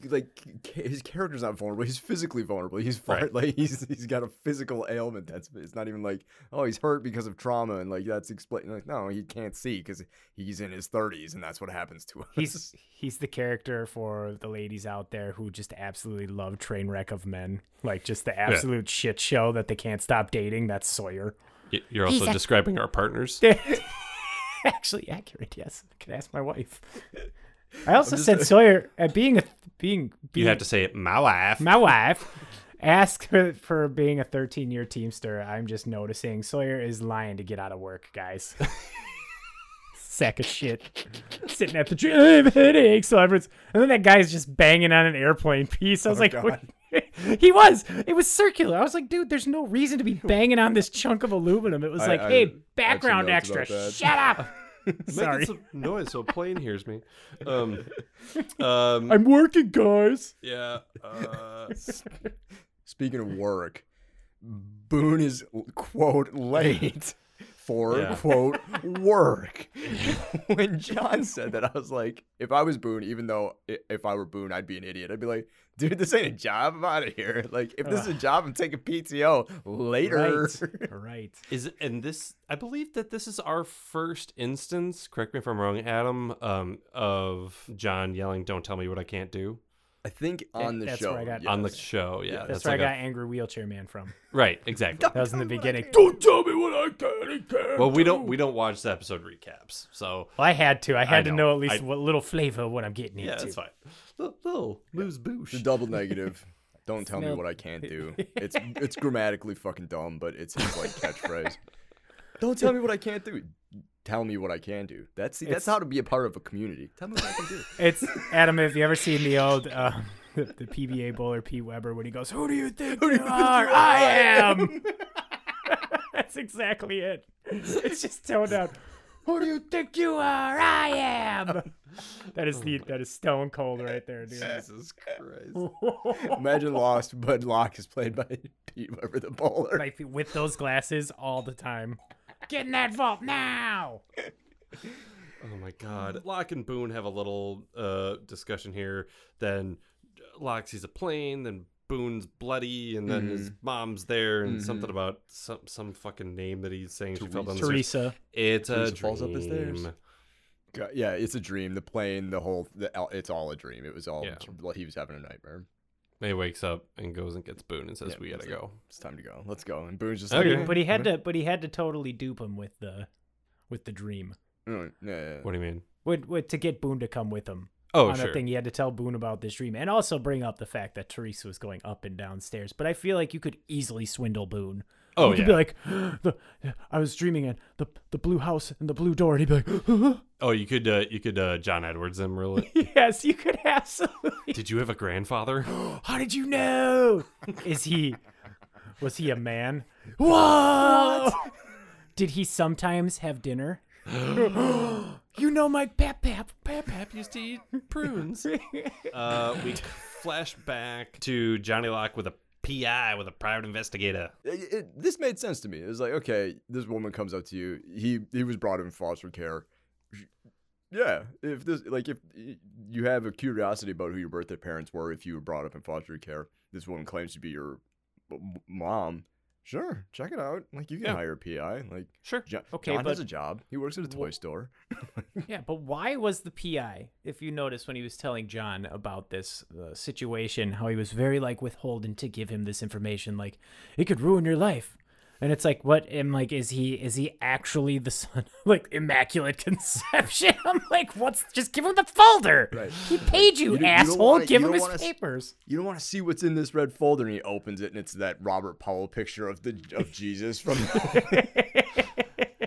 [SPEAKER 2] like his character's not vulnerable. He's physically vulnerable. He's far,
[SPEAKER 1] Right.
[SPEAKER 2] like he's he's got a physical ailment. That's it's not even like oh he's hurt because of trauma and like that's explained. Like no, he can't see because he's in his thirties and that's what happens to us.
[SPEAKER 3] He's he's the character for the ladies out there who just absolutely love train wreck of men, like just the absolute shit show that they can't stop dating. That's Sawyer.
[SPEAKER 1] Y- You're also describing our partners.
[SPEAKER 3] Actually, accurate. Yes, I could ask my wife. I also said Sawyer at being a being being
[SPEAKER 1] You have to say it, my wife.
[SPEAKER 3] my wife asked her for being a 13 year teamster. I'm just noticing Sawyer is lying to get out of work, guys. Sack of shit. Sitting at the tree, I have a headache. So everyone's, and then that guy's just banging on an airplane piece. I was like,
[SPEAKER 2] God.
[SPEAKER 3] what? he was. It was circular. I was like, dude, there's no reason to be banging on this chunk of aluminum. It was
[SPEAKER 2] I-
[SPEAKER 3] like,
[SPEAKER 2] I
[SPEAKER 3] hey,
[SPEAKER 2] actually
[SPEAKER 3] background
[SPEAKER 2] notes about
[SPEAKER 3] extra.
[SPEAKER 2] that.
[SPEAKER 3] Shut up. Sorry.
[SPEAKER 1] Making some noise so a plane hears me. Um, um,
[SPEAKER 3] I'm working, guys.
[SPEAKER 1] yeah. Uh,
[SPEAKER 2] Speaking of work, Boone is quote late for
[SPEAKER 1] Yeah.
[SPEAKER 2] quote work. when John said that, I was like, if I was Boone, even though i- if I were Boone, I'd be an idiot. I'd be like, dude, this ain't a job. I'm out of here. Like, if this is a job, I'm taking PTO later.
[SPEAKER 3] Right. Right.
[SPEAKER 1] Is it- and this I believe that this is our first instance. Correct me if I'm wrong, Adam. Um, of John yelling, "Don't tell me what I can't do"
[SPEAKER 2] I think on the
[SPEAKER 3] that's
[SPEAKER 2] show.
[SPEAKER 3] where I got-
[SPEAKER 1] on the
[SPEAKER 2] yes.
[SPEAKER 1] show. Yeah,
[SPEAKER 3] That's, where
[SPEAKER 1] like
[SPEAKER 3] I
[SPEAKER 1] a-
[SPEAKER 3] got Angry Wheelchair Man from.
[SPEAKER 1] right. Exactly.
[SPEAKER 3] That was in the beginning.
[SPEAKER 2] Don't tell me what I can and can't.
[SPEAKER 1] well, we don't we don't watch the episode recaps, so
[SPEAKER 3] Well, I had to. I had to
[SPEAKER 1] know.
[SPEAKER 3] know at least
[SPEAKER 1] I-
[SPEAKER 3] what little flavor of what I'm getting
[SPEAKER 1] yeah,
[SPEAKER 3] into.
[SPEAKER 1] that's fine. Little, little moose boosh.
[SPEAKER 2] The double negative. Don't tell me
[SPEAKER 3] Smell-
[SPEAKER 2] what I can't do. It's it's grammatically fucking dumb, but it's his like catchphrase. Don't tell me what I can't do. Tell me what I can do. That's see, that's
[SPEAKER 3] It's-
[SPEAKER 2] how to be a part of a community. Tell me what I can do.
[SPEAKER 3] It's Adam. Have you ever seen the old uh, the, the PBA bowler P Weber when he goes, "Who do you think you are? I am." that's exactly it. It's just toned down. Who do you think you are? I am. That is the that is stone cold right there, dude.
[SPEAKER 1] Jesus Christ.
[SPEAKER 2] Imagine Lost, but Locke is played by Pete Weber the bowler.
[SPEAKER 3] Like with those glasses all the time. Get in that vault now.
[SPEAKER 1] Oh my God. Locke and Boone have a little uh, discussion here. Then Locke sees a plane. Then Boone's bloody, and then his mom's there, and something about some some fucking name that he's saying she fell down the stairs.
[SPEAKER 3] Teresa.
[SPEAKER 1] It's a
[SPEAKER 2] Teresa
[SPEAKER 1] dream.
[SPEAKER 2] falls up the stairs. God, yeah, it's a dream. The plane, the whole, the, it's all a dream. It was all
[SPEAKER 1] Yeah.
[SPEAKER 2] well, he was having a nightmare.
[SPEAKER 1] And he wakes up and goes and gets Boone and says, "We gotta go."
[SPEAKER 2] It's time to go. Let's go. And Boone's just
[SPEAKER 1] Okay.
[SPEAKER 2] like,
[SPEAKER 3] But he had to. But he had to totally dupe him with the, with the dream.
[SPEAKER 2] Mm, yeah, yeah, yeah.
[SPEAKER 1] What do you mean?
[SPEAKER 3] With, with to get Boone to come with him
[SPEAKER 1] Oh,
[SPEAKER 3] on
[SPEAKER 1] sure.
[SPEAKER 3] that thing, he had to tell Boone about this dream and also bring up the fact that Teresa was going up and downstairs. But I feel like you could easily swindle Boone.
[SPEAKER 1] Oh,
[SPEAKER 3] you
[SPEAKER 1] yeah.
[SPEAKER 3] could be like, the, I was dreaming and the the blue house and the blue door, and he'd be like,
[SPEAKER 1] oh, you could uh, you could uh, John Edwards them real. it.
[SPEAKER 3] yes, you could absolutely.
[SPEAKER 1] Did you have a grandfather?
[SPEAKER 3] How did you know? Is he? Was he a man? Whoa! Did he sometimes have dinner? you know my pap pap pap pap.
[SPEAKER 1] used to eat prunes. uh, we flash back to Johnny Locke with a PI with a private investigator.
[SPEAKER 2] it, it- this made sense to me. It was like, okay, this woman comes up to you. He he was brought in foster care. Yeah, if this like if y- you have a curiosity about who your birthday parents were, if you were brought up in foster care, this woman claims to be your m- mom. Sure, check it out. Like you can
[SPEAKER 1] Yeah.
[SPEAKER 2] hire a PI. Like
[SPEAKER 1] Sure.
[SPEAKER 2] Jo-
[SPEAKER 3] Okay,
[SPEAKER 2] John has
[SPEAKER 3] but-
[SPEAKER 2] a job. He works at a toy store.
[SPEAKER 3] Yeah, but why was the PI, if you notice when he was telling John about this uh, situation, how he was very like withholding to give him this information, like it could ruin your life. And it's like, what? am like, is he is he actually the son, like immaculate conception? I'm like, what's? Just give him the folder.
[SPEAKER 2] Right.
[SPEAKER 3] He paid you,
[SPEAKER 2] You don't- you don't
[SPEAKER 3] asshole.
[SPEAKER 2] wanna-
[SPEAKER 3] give
[SPEAKER 2] you don't
[SPEAKER 3] him his
[SPEAKER 2] wanna s-
[SPEAKER 3] papers.
[SPEAKER 2] You don't want to see what's in this red folder, and he opens it, and it's that Robert Powell picture of the of Jesus from.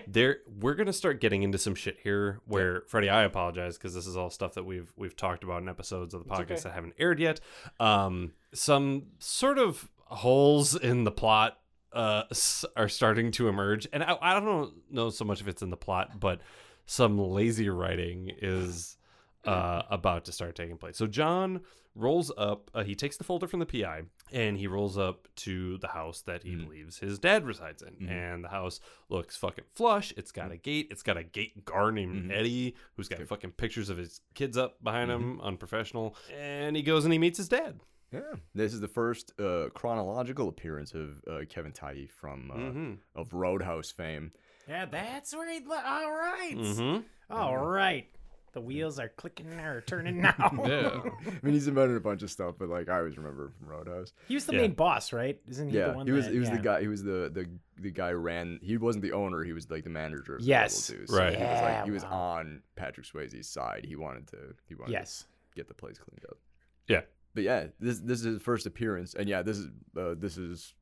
[SPEAKER 1] There, we're gonna start getting into some shit here. Where Freddie, I apologize because this is all stuff that we've we've talked about in episodes of the podcast that haven't aired yet. Um, some sort of holes in the plot uh s- are starting to emerge, and I, I don't know so much if it's in the plot, but some lazy writing is uh, about to start taking place. So John rolls up. Uh, he takes the folder from the PI. and he rolls up to the house that he
[SPEAKER 2] Mhm.
[SPEAKER 1] believes his dad resides in.
[SPEAKER 2] Mhm.
[SPEAKER 1] And the house looks fucking flush. It's got a gate. It's got a gate guard named
[SPEAKER 2] Mhm.
[SPEAKER 1] Eddie, who's got
[SPEAKER 2] Dude.
[SPEAKER 1] fucking pictures of his kids up behind him, unprofessional. And he goes and he meets his dad.
[SPEAKER 2] Yeah, this is the first uh, chronological appearance of uh, Kevin Tighe from uh,
[SPEAKER 1] Mhm.
[SPEAKER 2] of Roadhouse fame.
[SPEAKER 3] Yeah, that's where he. Le- all right.
[SPEAKER 2] Mm-hmm.
[SPEAKER 1] Mhm.
[SPEAKER 3] All right. The wheels are clicking or turning now.
[SPEAKER 2] I mean, he's invented a bunch of stuff, but like I always remember him from Roadhouse.
[SPEAKER 3] He was the
[SPEAKER 1] Yeah.
[SPEAKER 3] main boss, right? Isn't he the
[SPEAKER 2] Yeah,
[SPEAKER 3] one
[SPEAKER 2] he was
[SPEAKER 3] that-
[SPEAKER 2] he was the
[SPEAKER 3] yeah.
[SPEAKER 2] guy he was the the the guy who ran. He wasn't the owner. He was like the manager. Of the
[SPEAKER 3] Yes.
[SPEAKER 2] label, too.
[SPEAKER 1] Right.
[SPEAKER 2] He was, like,
[SPEAKER 3] Yeah,
[SPEAKER 2] he was
[SPEAKER 3] wow.
[SPEAKER 2] on Patrick Swayze's side. He wanted to. He wanted to
[SPEAKER 3] Yes.
[SPEAKER 2] get the place cleaned up.
[SPEAKER 1] Yeah.
[SPEAKER 2] But yeah, this this is his first appearance, and yeah, this is uh, this is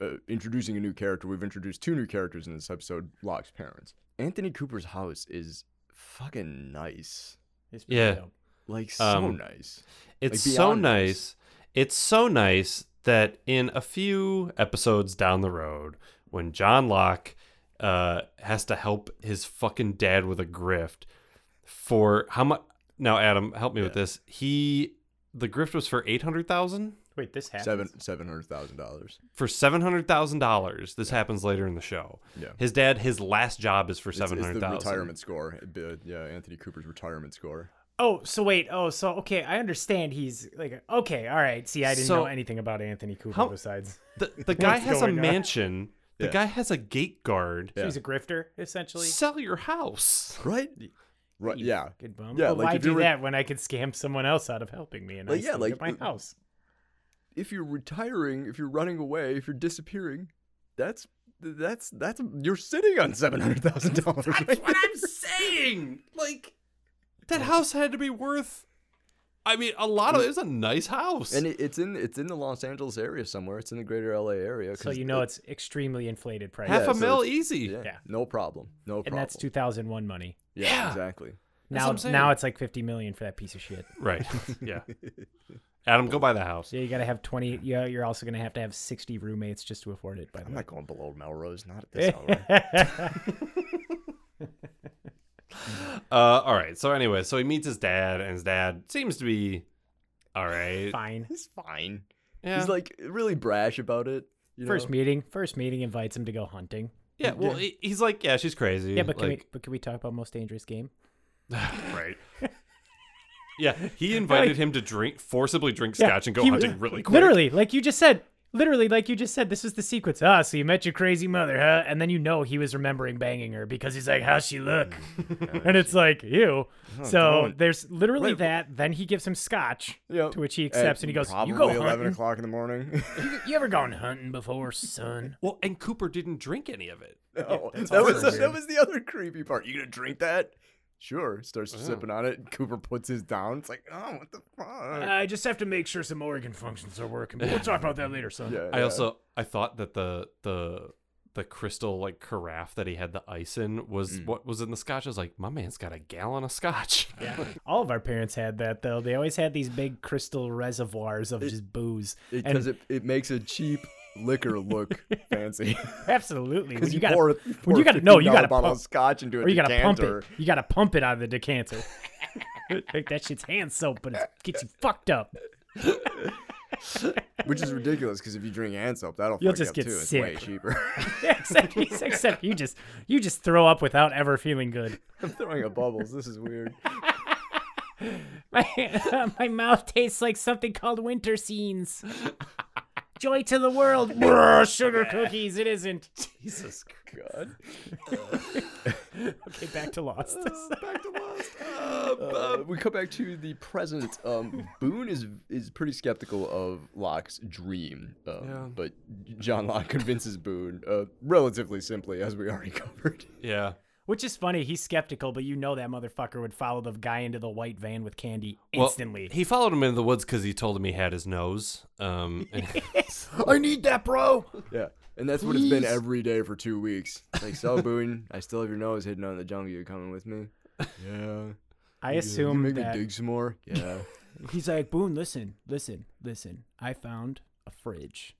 [SPEAKER 2] uh, introducing a new character. We've introduced two new characters in this episode. Locke's parents. Anthony Cooper's house is fucking nice,
[SPEAKER 3] It's
[SPEAKER 1] Yeah.
[SPEAKER 3] pretty dope.
[SPEAKER 2] like so
[SPEAKER 1] Um,
[SPEAKER 2] nice.
[SPEAKER 1] It's
[SPEAKER 2] Like,
[SPEAKER 1] so
[SPEAKER 2] beyond nice.
[SPEAKER 1] nice. It's so nice that in a few episodes down the road, when John Locke uh, has to help his fucking dad with a grift for how much? Now, Adam, help me with this. He the grift was for eight hundred thousand
[SPEAKER 3] Wait, this happened.
[SPEAKER 2] Seven seven hundred thousand dollars.
[SPEAKER 1] for seven hundred thousand dollars. This happens later in the show.
[SPEAKER 2] Yeah.
[SPEAKER 1] His dad, his last job is for
[SPEAKER 2] It's,
[SPEAKER 1] seven
[SPEAKER 2] it's
[SPEAKER 1] hundred
[SPEAKER 2] the
[SPEAKER 1] thousand.
[SPEAKER 2] retirement score. Uh, Yeah, Anthony Cooper's retirement score.
[SPEAKER 3] Oh, so wait. Oh, so okay. I understand. He's like okay. All right. See, I didn't
[SPEAKER 1] So-
[SPEAKER 3] know anything about Anthony Cooper
[SPEAKER 1] How-
[SPEAKER 3] besides.
[SPEAKER 1] The, the guy
[SPEAKER 3] What's
[SPEAKER 1] has a
[SPEAKER 3] going on?
[SPEAKER 1] mansion. The
[SPEAKER 2] Yeah.
[SPEAKER 1] guy has a gate guard.
[SPEAKER 3] So he's a grifter essentially.
[SPEAKER 1] Sell your house.
[SPEAKER 2] Right. Right.
[SPEAKER 3] You
[SPEAKER 2] Yeah.
[SPEAKER 3] fucking bum.
[SPEAKER 2] Yeah,
[SPEAKER 3] But
[SPEAKER 2] like,
[SPEAKER 3] why
[SPEAKER 2] if
[SPEAKER 3] do
[SPEAKER 2] you were-
[SPEAKER 3] that when I could scam someone else out of helping me and
[SPEAKER 2] Like,
[SPEAKER 3] I
[SPEAKER 2] yeah,
[SPEAKER 3] still
[SPEAKER 2] like,
[SPEAKER 3] get my
[SPEAKER 2] uh,
[SPEAKER 3] house?
[SPEAKER 2] if you're retiring, if you're running away, if you're disappearing, that's that's that's you're sitting on seven hundred thousand dollars.
[SPEAKER 1] That's what I'm saying. Like that house had to be worth. I mean, a lot of it was a nice house.
[SPEAKER 2] And it, it's in it's in the Los Angeles area somewhere. It's in the greater LA area.
[SPEAKER 3] So
[SPEAKER 2] 'cause
[SPEAKER 3] you know
[SPEAKER 2] it-
[SPEAKER 3] it's extremely inflated price.
[SPEAKER 1] half
[SPEAKER 2] yeah,
[SPEAKER 1] a
[SPEAKER 2] so
[SPEAKER 1] mil
[SPEAKER 2] it's-
[SPEAKER 1] easy.
[SPEAKER 2] yeah,
[SPEAKER 3] yeah.
[SPEAKER 2] no problem, no problem.
[SPEAKER 3] and that's 2001 money.
[SPEAKER 2] yeah,
[SPEAKER 1] Yeah.
[SPEAKER 2] exactly.
[SPEAKER 1] That's what
[SPEAKER 3] Now,
[SPEAKER 1] I'm saying.
[SPEAKER 3] now it's like 50 million for that piece of shit.
[SPEAKER 1] Right. Yeah. Adam, go buy the house.
[SPEAKER 3] So you got to have 20. Yeah, you're also gonna have to have 60 roommates just to afford it. By the
[SPEAKER 2] I'm
[SPEAKER 3] way.
[SPEAKER 2] not going below Melrose, not at this hour.
[SPEAKER 1] Uh, all right. So anyway, so he meets his dad, and his dad seems to be all right.
[SPEAKER 3] Fine.
[SPEAKER 2] It's fine.
[SPEAKER 1] Yeah.
[SPEAKER 2] He's like really brash about it. You
[SPEAKER 3] First
[SPEAKER 2] know?
[SPEAKER 3] meeting. First meeting invites him to go hunting.
[SPEAKER 1] yeah. Well, he- he's like, yeah, she's crazy.
[SPEAKER 3] Yeah, but can we
[SPEAKER 1] like,
[SPEAKER 3] but can we talk about most dangerous game?
[SPEAKER 1] right. Yeah, he invited him to drink, forcibly drink
[SPEAKER 3] Yeah,
[SPEAKER 1] scotch and go
[SPEAKER 3] he-
[SPEAKER 1] hunting really quick.
[SPEAKER 3] Literally, like you just said. Literally, like you just said, this was the sequence. Ah, so you met your crazy mother, huh? And then you know he was remembering banging her because he's like, "How's she look?"
[SPEAKER 1] Mm.
[SPEAKER 3] and it's like, "Ew."
[SPEAKER 1] Oh,
[SPEAKER 3] so
[SPEAKER 2] don't.
[SPEAKER 3] there's literally
[SPEAKER 2] Wait, wh-
[SPEAKER 3] that. Then he gives him scotch,
[SPEAKER 2] Yeah.
[SPEAKER 3] to which he accepts,
[SPEAKER 2] At
[SPEAKER 3] and he goes,
[SPEAKER 2] probably
[SPEAKER 3] "You go
[SPEAKER 2] eleven
[SPEAKER 3] hunting.
[SPEAKER 2] o'clock in the morning.
[SPEAKER 3] You ever gone hunting before, son?"
[SPEAKER 1] Well, and Cooper didn't drink any of it.
[SPEAKER 2] No,
[SPEAKER 3] that's
[SPEAKER 2] Oh, that
[SPEAKER 3] also
[SPEAKER 2] was
[SPEAKER 3] weird.
[SPEAKER 2] that was the other creepy part. You gonna drink that? Sure. Starts sipping on it. Cooper puts his down. It's like, oh, what the fuck?
[SPEAKER 1] Uh,
[SPEAKER 3] I just have to make sure some organ functions are working. We'll talk about that later, son.
[SPEAKER 2] yeah,
[SPEAKER 1] I
[SPEAKER 2] yeah.
[SPEAKER 1] also I thought that the the the crystal like carafe that he had the ice in was
[SPEAKER 2] Mm.
[SPEAKER 1] what was in the scotch. I was like, my man's got a gallon of scotch.
[SPEAKER 3] All of our parents had that though. They always had these big crystal reservoirs of just booze.
[SPEAKER 2] because it, it makes a cheap liquor look fancy.
[SPEAKER 3] Absolutely. When
[SPEAKER 2] Because
[SPEAKER 3] you,
[SPEAKER 2] you,
[SPEAKER 3] gotta,
[SPEAKER 2] pour,
[SPEAKER 3] when
[SPEAKER 2] pour
[SPEAKER 3] you gotta no, you
[SPEAKER 2] $15
[SPEAKER 3] gotta
[SPEAKER 2] bottle
[SPEAKER 3] pump,
[SPEAKER 2] of scotch into a
[SPEAKER 3] or you gotta pump
[SPEAKER 2] decanter.
[SPEAKER 3] it. You gotta pump it out of the decanter. like that shit's hand soap, but it gets you fucked up.
[SPEAKER 2] which is ridiculous. Because if you drink hand soap, that'll
[SPEAKER 3] You'll
[SPEAKER 2] fuck
[SPEAKER 3] just
[SPEAKER 2] you
[SPEAKER 3] get
[SPEAKER 2] up too.
[SPEAKER 3] sick.
[SPEAKER 2] It's way cheaper.
[SPEAKER 3] except, except you just you just throw up without ever feeling good.
[SPEAKER 2] I'm throwing up bubbles. This is weird.
[SPEAKER 3] My, my mouth tastes like something called winter scenes. Joy to the world. Brr, Sugar cookies. It isn't.
[SPEAKER 1] Jesus.
[SPEAKER 2] God.
[SPEAKER 3] Okay, back to Lost.
[SPEAKER 2] back to Lost. Uh, we come back to the present. Um, Boone is is pretty skeptical of Locke's dream, um,
[SPEAKER 1] Yeah.
[SPEAKER 2] but John Locke convinces Boone uh, relatively simply, as we already covered.
[SPEAKER 1] Yeah.
[SPEAKER 3] Which is funny. He's skeptical, but you know that motherfucker would follow the guy into the white van with candy
[SPEAKER 1] Well,
[SPEAKER 3] instantly.
[SPEAKER 1] he followed him into the woods because he told him he had his nose. Um, and-
[SPEAKER 2] I need that, bro. Yeah, and that's what it's been every day for two weeks. It's Like, so Boone, I still have your nose hidden on the jungle. You coming with me? Yeah.
[SPEAKER 3] I
[SPEAKER 2] You
[SPEAKER 3] assume
[SPEAKER 2] make
[SPEAKER 3] that
[SPEAKER 2] me dig some more. Yeah.
[SPEAKER 3] he's like Boone. Listen, listen, listen. I found a fridge,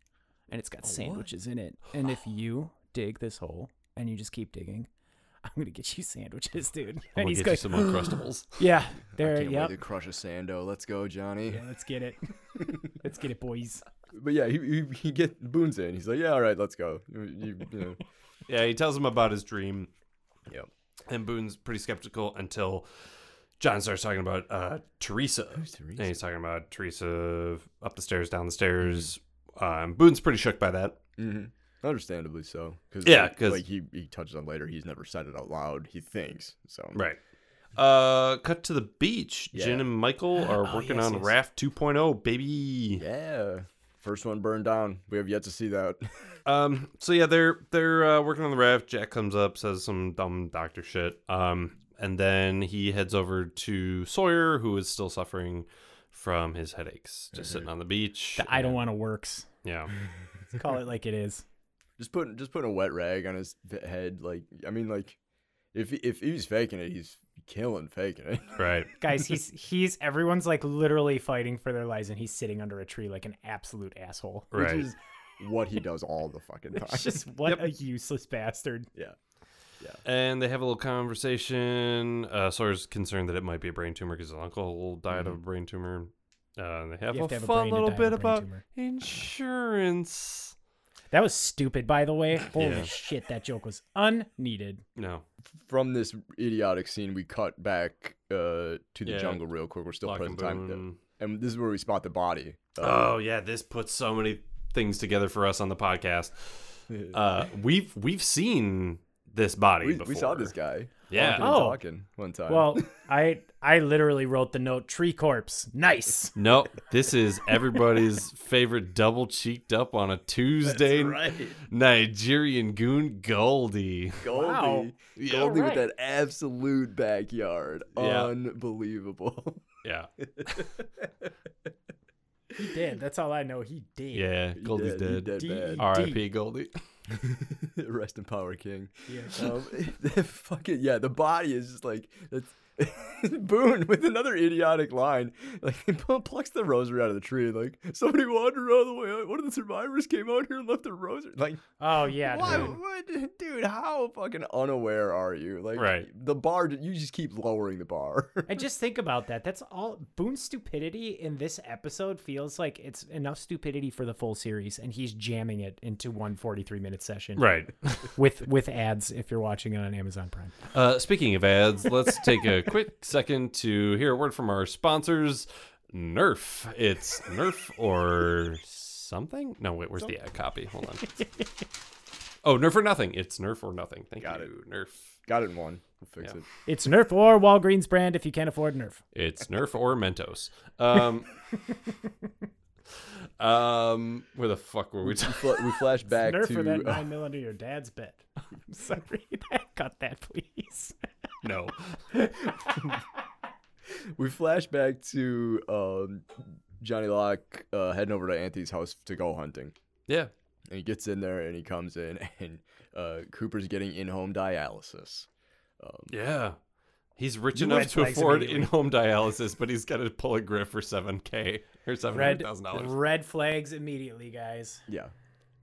[SPEAKER 3] and it's got sandwiches in it. And if you dig this hole and you just keep digging, I'm gonna get you sandwiches, dude.
[SPEAKER 1] I'm
[SPEAKER 3] and
[SPEAKER 1] gonna
[SPEAKER 3] he's
[SPEAKER 1] get
[SPEAKER 3] going,
[SPEAKER 1] you some Uncrustables.
[SPEAKER 3] yeah,
[SPEAKER 2] I
[SPEAKER 3] there,
[SPEAKER 2] can't wait
[SPEAKER 3] yep.
[SPEAKER 2] to crush a sando. Let's go, Johnny.
[SPEAKER 3] Yeah, let's get it. let's get it, boys.
[SPEAKER 2] But yeah, he, he, he get Boone's in. He's like, yeah, all right, let's go. You, you, you know.
[SPEAKER 1] Yeah, he tells him about his dream,
[SPEAKER 2] Yep.
[SPEAKER 1] and Boone's pretty skeptical until John starts talking about uh, Teresa.
[SPEAKER 2] Teresa?
[SPEAKER 1] And he's talking about Teresa up the stairs, down the stairs.
[SPEAKER 2] Mm-hmm.
[SPEAKER 1] Um, Boone's pretty shook by that.
[SPEAKER 2] hmm Understandably so. Cause
[SPEAKER 1] Yeah,
[SPEAKER 2] like,
[SPEAKER 1] 'cause-
[SPEAKER 2] like he, he touches on later, he's never said it out loud. He thinks so.
[SPEAKER 1] Right. Uh, cut to the beach.
[SPEAKER 2] Yeah.
[SPEAKER 1] Jen and Michael are
[SPEAKER 2] Oh,
[SPEAKER 1] working
[SPEAKER 2] yes,
[SPEAKER 1] on
[SPEAKER 2] yes.
[SPEAKER 1] Raft 2.0, baby.
[SPEAKER 2] Yeah. First one burned down. We have yet to see that.
[SPEAKER 1] Um. So yeah, they're they're uh, working on the raft. Jack comes up, says some dumb doctor shit. Um, and then he heads over to Sawyer, who is still suffering from his headaches, just sitting on the beach.
[SPEAKER 3] The Mm-hmm. I don't want to works.
[SPEAKER 1] Yeah.
[SPEAKER 3] Let's call it like it is.
[SPEAKER 2] just putting just putting a wet rag on his f- head. Like I mean, like if he- if he's faking it, he's killing faking it.
[SPEAKER 1] Right.
[SPEAKER 3] Guys, he's he's everyone's like literally fighting for their lives and he's sitting under a tree like an absolute asshole.
[SPEAKER 1] Right.
[SPEAKER 2] Which is what he does all the fucking time.
[SPEAKER 3] It's just what
[SPEAKER 1] Yep.
[SPEAKER 3] a useless bastard.
[SPEAKER 2] yeah.
[SPEAKER 1] and they have a little conversation. Uh, Sawyer's concerned that it might be a brain tumor because his uncle died of a brain tumor. Uh, and they have
[SPEAKER 3] Mm-hmm. You have
[SPEAKER 1] a
[SPEAKER 3] to have a brain
[SPEAKER 1] fun
[SPEAKER 3] to
[SPEAKER 1] little
[SPEAKER 3] die of
[SPEAKER 1] bit
[SPEAKER 3] a brain
[SPEAKER 1] about
[SPEAKER 3] tumor.
[SPEAKER 1] insurance.
[SPEAKER 3] That was stupid, by the way. Holy
[SPEAKER 1] Yeah.
[SPEAKER 3] shit, that joke was unneeded.
[SPEAKER 1] No.
[SPEAKER 2] From this idiotic scene, we cut back uh, to the
[SPEAKER 1] Yeah.
[SPEAKER 2] jungle real quick. We're still
[SPEAKER 1] Lock and
[SPEAKER 2] present time,
[SPEAKER 1] boom.
[SPEAKER 2] and this is where we spot the body. Uh,
[SPEAKER 1] Oh yeah, this puts so many things together for us on the podcast. Uh, we've we've seen this body
[SPEAKER 2] we,
[SPEAKER 1] before.
[SPEAKER 2] we saw this guy.
[SPEAKER 1] Yeah.
[SPEAKER 2] walking and
[SPEAKER 3] Oh.
[SPEAKER 2] talking one time.
[SPEAKER 3] Well, I I literally wrote the note tree corpse. Nice.
[SPEAKER 1] No, this is everybody's favorite double cheeked up on a Tuesday Nigerian goon Goldie.
[SPEAKER 2] Goldie,
[SPEAKER 3] Wow.
[SPEAKER 1] Yeah.
[SPEAKER 2] Goldie
[SPEAKER 3] Alright.
[SPEAKER 2] with that absolute backyard,
[SPEAKER 1] Yeah.
[SPEAKER 2] unbelievable.
[SPEAKER 1] Yeah.
[SPEAKER 3] He did. That's all I know. He did.
[SPEAKER 1] Yeah.
[SPEAKER 2] He
[SPEAKER 1] Goldie's
[SPEAKER 2] he
[SPEAKER 1] dead.
[SPEAKER 2] dead bad.
[SPEAKER 1] R.I.P. Goldie.
[SPEAKER 2] Rest in power, King.
[SPEAKER 3] Yeah.
[SPEAKER 2] Um, fucking yeah, the body is just like that's Boone with another idiotic line. Like he pl- plucks the rosary out of the tree. Like somebody wandered out of the way. out. One of the survivors came out here and left the rosary. Like
[SPEAKER 3] Oh yeah.
[SPEAKER 2] why
[SPEAKER 3] dude.
[SPEAKER 2] would dude? How fucking unaware are you? Like
[SPEAKER 1] Right.
[SPEAKER 2] the bar. You just keep lowering the bar.
[SPEAKER 3] And just think about that. That's all Boone's stupidity in this episode feels like it's enough stupidity for the full series, and he's jamming it into one 43 minute session
[SPEAKER 1] Right.
[SPEAKER 3] with with ads if you're watching it on Amazon Prime.
[SPEAKER 1] Uh, speaking of ads, let's take a quick second to hear a word from our sponsors, Nerf. It's Nerf or something? No, wait, where's the ad copy? Hold on. Oh, Nerf or nothing. It's Nerf or nothing. Thank
[SPEAKER 2] Got
[SPEAKER 1] you, Nerf.
[SPEAKER 2] Got it in one. We'll fix
[SPEAKER 1] Yeah.
[SPEAKER 2] it.
[SPEAKER 3] It's Nerf or Walgreens brand if you can't afford Nerf.
[SPEAKER 1] It's Nerf or Mentos. Um, um, where the fuck were we talking?
[SPEAKER 2] Fl- we flash back
[SPEAKER 3] Nerf
[SPEAKER 2] to uh,
[SPEAKER 3] or that nine mil under your dad's bed. I'm sorry. Cut that, please.
[SPEAKER 1] No.
[SPEAKER 2] we flash back to um, Johnny Locke uh, heading over to Anthony's house to go hunting.
[SPEAKER 1] Yeah.
[SPEAKER 2] And he gets in there and he comes in and uh, Cooper's getting in-home dialysis.
[SPEAKER 1] Yeah. He's rich
[SPEAKER 3] You
[SPEAKER 1] enough
[SPEAKER 3] red
[SPEAKER 1] to
[SPEAKER 3] flags
[SPEAKER 1] afford
[SPEAKER 3] immediately.
[SPEAKER 1] in-home dialysis, but he's got to pull a grip for seven k or seven hundred
[SPEAKER 3] Red
[SPEAKER 1] thousand dollars.
[SPEAKER 3] red flags immediately, guys.
[SPEAKER 2] Yeah.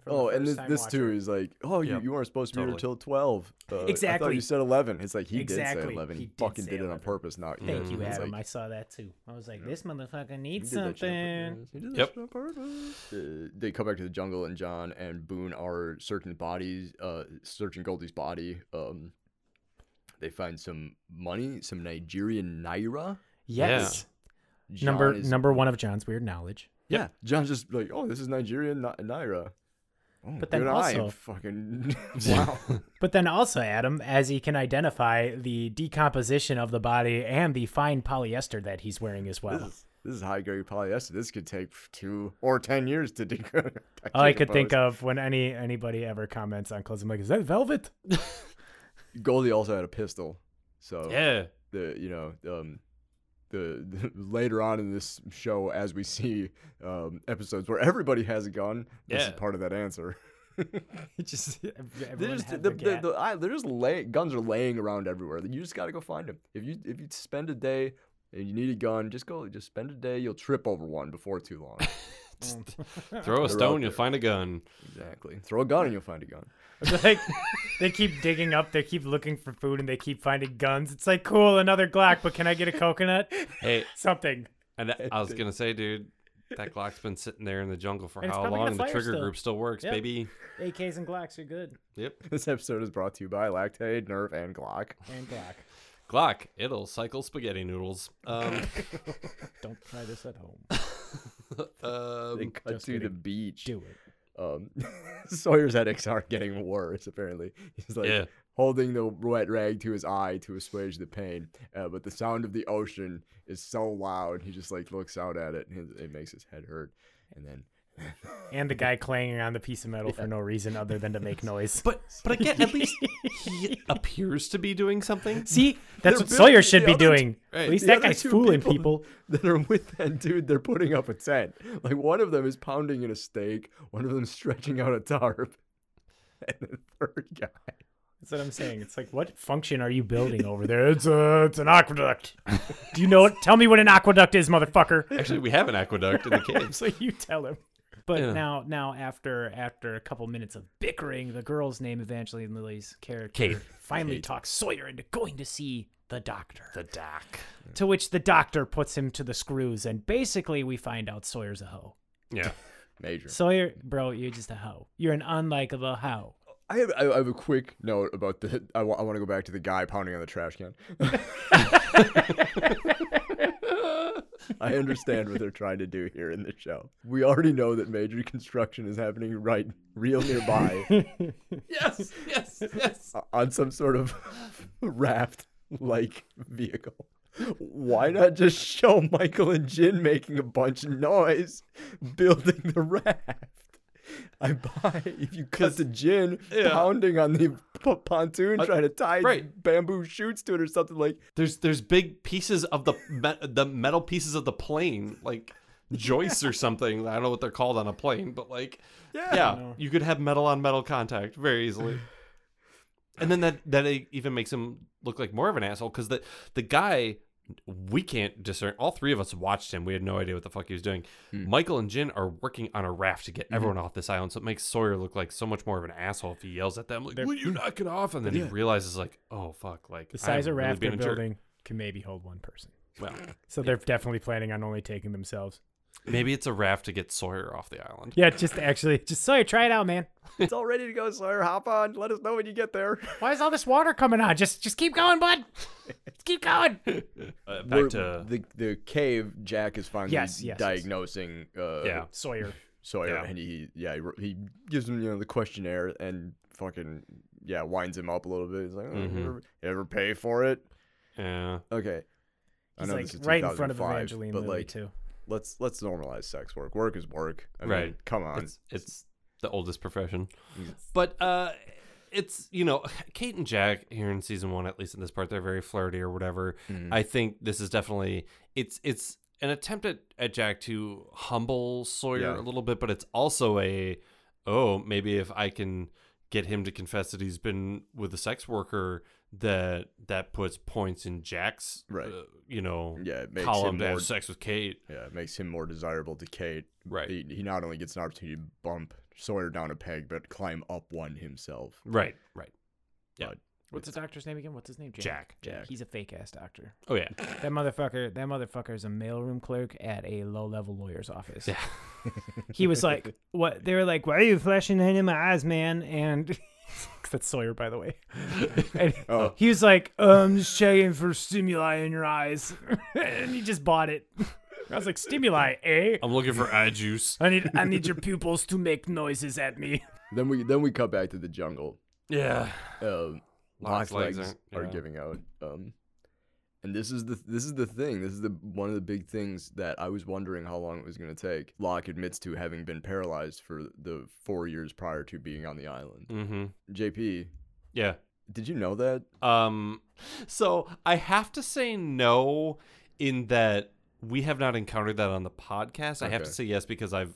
[SPEAKER 3] from
[SPEAKER 2] oh,
[SPEAKER 3] the
[SPEAKER 2] and this,
[SPEAKER 3] first-time
[SPEAKER 2] this too
[SPEAKER 3] watcher.
[SPEAKER 2] is like, oh,
[SPEAKER 1] Yep,
[SPEAKER 2] you, you weren't supposed to be here
[SPEAKER 1] totally.
[SPEAKER 2] until twelve. Uh, I thought
[SPEAKER 3] Exactly.
[SPEAKER 2] you said eleven. It's like he did say
[SPEAKER 3] Exactly.
[SPEAKER 2] eleven. He,
[SPEAKER 3] He did
[SPEAKER 2] fucking
[SPEAKER 3] say
[SPEAKER 2] did it on
[SPEAKER 3] 11.
[SPEAKER 2] purpose. Not
[SPEAKER 3] Thank you,
[SPEAKER 2] Mm, It's
[SPEAKER 3] Adam.
[SPEAKER 2] like,
[SPEAKER 3] I saw that too. I was like, this motherfucker
[SPEAKER 2] he
[SPEAKER 3] needs
[SPEAKER 2] did that shit on purpose.
[SPEAKER 3] something.
[SPEAKER 2] He did that
[SPEAKER 1] Yep.
[SPEAKER 2] shit on purpose. Uh, they come back to the jungle, and John and Boone are searching bodies, uh, searching Goldie's body. Um, they find some money, some Nigerian naira.
[SPEAKER 3] Yes.
[SPEAKER 2] John
[SPEAKER 3] Number
[SPEAKER 2] is
[SPEAKER 3] number one of John's weird knowledge.
[SPEAKER 1] Yep.
[SPEAKER 2] Yeah, John's just like, oh, this is Nigerian Ni- naira. Oh,
[SPEAKER 3] But then
[SPEAKER 2] dude, I am
[SPEAKER 3] also-
[SPEAKER 2] fucking wow.
[SPEAKER 3] But then also, Adam, as he can identify the decomposition of the body and the fine polyester that he's wearing as
[SPEAKER 2] this,
[SPEAKER 3] well.
[SPEAKER 2] is, this is high grade polyester. This could take two or ten years to decompose.
[SPEAKER 3] All I could think of when any anybody ever comments on clothes, I'm like, is that velvet?
[SPEAKER 2] Goldie also had a pistol, so
[SPEAKER 1] Yeah.
[SPEAKER 2] the you know um. The, the later on in this show, as we see um, episodes where everybody has a gun, this is
[SPEAKER 1] Yeah.
[SPEAKER 2] part of that answer.
[SPEAKER 3] It just
[SPEAKER 2] They're
[SPEAKER 3] everyone
[SPEAKER 2] just, the,
[SPEAKER 3] had
[SPEAKER 2] the,
[SPEAKER 3] the gat.
[SPEAKER 2] the, I, they're just lay, guns are laying around everywhere. You just gotta go find them. If you if you spend a day and you need a gun, just go. Just spend a day. You'll trip over one before too long.
[SPEAKER 1] Throw a
[SPEAKER 2] They're out
[SPEAKER 1] stone, you'll
[SPEAKER 2] there.
[SPEAKER 1] find a gun.
[SPEAKER 2] exactly. Throw a gun and you'll find a gun.
[SPEAKER 3] It's like they keep digging up, they keep looking for food, and they keep finding guns. It's like cool, another Glock, but can I get a coconut?
[SPEAKER 1] Hey,
[SPEAKER 3] Something.
[SPEAKER 1] and I- I was gonna say, dude, That Glock's been sitting there in the jungle for
[SPEAKER 3] And it's
[SPEAKER 1] how
[SPEAKER 3] probably got
[SPEAKER 1] long? The
[SPEAKER 3] fire
[SPEAKER 1] trigger
[SPEAKER 3] still.
[SPEAKER 1] group still works,
[SPEAKER 3] Yep.
[SPEAKER 1] baby.
[SPEAKER 3] AKs and Glocks are good.
[SPEAKER 1] Yep.
[SPEAKER 2] This episode is brought to you by Lactaid, Nerve, and Glock.
[SPEAKER 3] And Glock.
[SPEAKER 1] Glock, it'll cycle spaghetti noodles. Um,
[SPEAKER 3] Don't try this at home.
[SPEAKER 2] They
[SPEAKER 1] um,
[SPEAKER 2] cut
[SPEAKER 3] just
[SPEAKER 2] to the
[SPEAKER 3] kidding.
[SPEAKER 2] beach.
[SPEAKER 3] Do it.
[SPEAKER 2] Um, Sawyer's headaches are getting worse, apparently. He's like
[SPEAKER 1] Yeah.
[SPEAKER 2] holding the wet rag to his eye to assuage the pain. Uh, but the sound of the ocean is so loud, he just like looks out at it and it makes his head hurt. And then
[SPEAKER 3] And the guy clanging on the piece of metal for no reason other than to make noise.
[SPEAKER 1] but but again, at least he appears to be doing something.
[SPEAKER 3] See, that's
[SPEAKER 2] They're
[SPEAKER 3] what Sawyer
[SPEAKER 2] building
[SPEAKER 3] should
[SPEAKER 2] the
[SPEAKER 3] be
[SPEAKER 2] other two-
[SPEAKER 3] doing.
[SPEAKER 1] right,
[SPEAKER 3] At least
[SPEAKER 2] the
[SPEAKER 3] that
[SPEAKER 2] other
[SPEAKER 3] guy's
[SPEAKER 2] two
[SPEAKER 3] fooling
[SPEAKER 2] people-
[SPEAKER 3] people.
[SPEAKER 2] that are with that dude, they're putting up a tent. Like one of them is pounding in a stake, one of them stretching out a tarp, and the third guy.
[SPEAKER 3] That's what I'm saying. It's like, what function are you building over there? It's a, it's an aqueduct. Do you know it? Tell me what an aqueduct is, motherfucker.
[SPEAKER 1] Actually, we have an aqueduct in the caves.
[SPEAKER 3] So you tell him. But
[SPEAKER 1] Yeah.
[SPEAKER 3] now, now after after a couple minutes of bickering, the girl's name, Evangeline Lily's character,
[SPEAKER 1] Kate.
[SPEAKER 3] finally talks Sawyer into going to see the doctor.
[SPEAKER 1] the dock.
[SPEAKER 3] to which the doctor puts him to the screws, and basically we find out Sawyer's a hoe.
[SPEAKER 1] Yeah.
[SPEAKER 2] Major.
[SPEAKER 3] Sawyer, bro, you're just a hoe. You're an unlikable hoe.
[SPEAKER 2] I have, I have a quick note about the. I want to go back to the guy pounding on the trash can. I understand what they're trying to do here in the show. We already know that major construction is happening right, real nearby,
[SPEAKER 1] yes. Yes. Yes.
[SPEAKER 2] on some sort of raft-like vehicle. Why not just show Michael and Jin making a bunch of noise building the raft? I buy if you cut to Jin
[SPEAKER 1] Yeah.
[SPEAKER 2] pounding on the p- pontoon trying to tie
[SPEAKER 1] right.
[SPEAKER 2] bamboo shoots to it or something like
[SPEAKER 1] There's there's big pieces of the me- the metal pieces of the plane like joists or something. I don't know what they're called on a plane, but like
[SPEAKER 2] Yeah.
[SPEAKER 1] yeah you could have metal on metal contact very easily. And then that that e, even makes him look like more of an asshole because the the guy we can't discern. All three of us watched him. We had no idea what the fuck he was doing.
[SPEAKER 2] Hmm.
[SPEAKER 1] Michael and Jin are working on a raft to get everyone off this island, so it makes Sawyer look like so much more of an asshole if he yells at them like, "Will you knock it off?" And then he realizes like, "Oh fuck!" Like
[SPEAKER 3] The size
[SPEAKER 1] I'm
[SPEAKER 3] of
[SPEAKER 1] really
[SPEAKER 3] raft
[SPEAKER 1] being
[SPEAKER 3] they're
[SPEAKER 1] a jerk.
[SPEAKER 3] building can maybe hold one person.
[SPEAKER 1] Well,
[SPEAKER 3] So they're definitely planning on only taking themselves.
[SPEAKER 1] maybe it's a raft to get Sawyer off the island.
[SPEAKER 3] Yeah, just actually, just Sawyer, try it out, man.
[SPEAKER 2] it's all ready to go, Sawyer. Hop on. Let us know when you get there.
[SPEAKER 3] Why is all this water coming on? Just, just keep going, bud. Just keep going.
[SPEAKER 1] Uh, back
[SPEAKER 2] We're-
[SPEAKER 1] to
[SPEAKER 2] the the cave. Jack is finally
[SPEAKER 3] Yes, yes, yes.
[SPEAKER 2] diagnosing Uh,
[SPEAKER 1] yeah.
[SPEAKER 3] Sawyer.
[SPEAKER 2] Sawyer,
[SPEAKER 1] Yeah.
[SPEAKER 2] and he yeah he, he gives him you know the questionnaire and fucking yeah winds him up a little bit. He's like, oh,
[SPEAKER 1] Mhm.
[SPEAKER 2] you, ever, you ever pay for it?
[SPEAKER 1] Yeah.
[SPEAKER 2] Okay. I
[SPEAKER 3] He's
[SPEAKER 2] know
[SPEAKER 3] like
[SPEAKER 2] this is
[SPEAKER 3] right in front of
[SPEAKER 2] 2005,
[SPEAKER 3] Evangeline
[SPEAKER 2] but
[SPEAKER 3] Lilly
[SPEAKER 2] like,
[SPEAKER 3] too.
[SPEAKER 2] let's let's normalize sex work. Work is work. I mean,
[SPEAKER 1] Right.
[SPEAKER 2] Come on.
[SPEAKER 1] It's, it's the oldest profession. But uh it's you know, Kate and Jack here in season one, at least in this part, they're very flirty or whatever.
[SPEAKER 2] Mm-hmm.
[SPEAKER 1] I think this is definitely it's it's an attempt at, at Jack to humble Sawyer
[SPEAKER 2] Yeah.
[SPEAKER 1] a little bit, but it's also a oh, maybe if I can get him to confess that he's been with a sex worker that that puts points in Jack's
[SPEAKER 2] Right.
[SPEAKER 1] uh, you know
[SPEAKER 2] yeah. It makes him
[SPEAKER 1] column to
[SPEAKER 2] more
[SPEAKER 1] have sex with Kate.
[SPEAKER 2] Yeah, it makes him more desirable to Kate.
[SPEAKER 1] Right.
[SPEAKER 2] He, he not only gets an opportunity to bump Sawyer down a peg, but climb up one himself.
[SPEAKER 1] Right, right. Yeah.
[SPEAKER 2] But
[SPEAKER 3] What's the doctor's name again? What's his name?
[SPEAKER 1] Jack.
[SPEAKER 2] Jack.
[SPEAKER 3] He's a fake ass doctor.
[SPEAKER 1] Oh yeah.
[SPEAKER 3] That motherfucker. That motherfucker is a mailroom clerk at a low level lawyer's office.
[SPEAKER 1] Yeah.
[SPEAKER 3] he was like, "What?" They were like, "Why are you flashing in my eyes, man?" And that's Sawyer, by the way. And
[SPEAKER 2] Oh.
[SPEAKER 3] he was like, "I'm just checking for stimuli in your eyes," and he just bought it. I was like, "Stimuli, eh?"
[SPEAKER 2] Oh.
[SPEAKER 1] I'm looking for eye juice.
[SPEAKER 3] I need I need your pupils to make noises at me.
[SPEAKER 2] Then we then we cut back to the jungle.
[SPEAKER 1] Yeah.
[SPEAKER 2] Um,
[SPEAKER 1] Locke's
[SPEAKER 2] Locke's
[SPEAKER 1] legs
[SPEAKER 2] legs,
[SPEAKER 1] aren't-
[SPEAKER 2] are
[SPEAKER 1] yeah.
[SPEAKER 2] giving out. Um, and this is the this is the thing. This is the one of the big things that I was wondering how long it was going to take. Locke admits to having been paralyzed for the four years prior to being on the island.
[SPEAKER 1] Mm-hmm.
[SPEAKER 2] JP,
[SPEAKER 1] Yeah.
[SPEAKER 2] did you know that?
[SPEAKER 1] Um, so I have to say no in that we have not encountered that on the podcast. I have to
[SPEAKER 2] Okay.
[SPEAKER 1] say yes because I've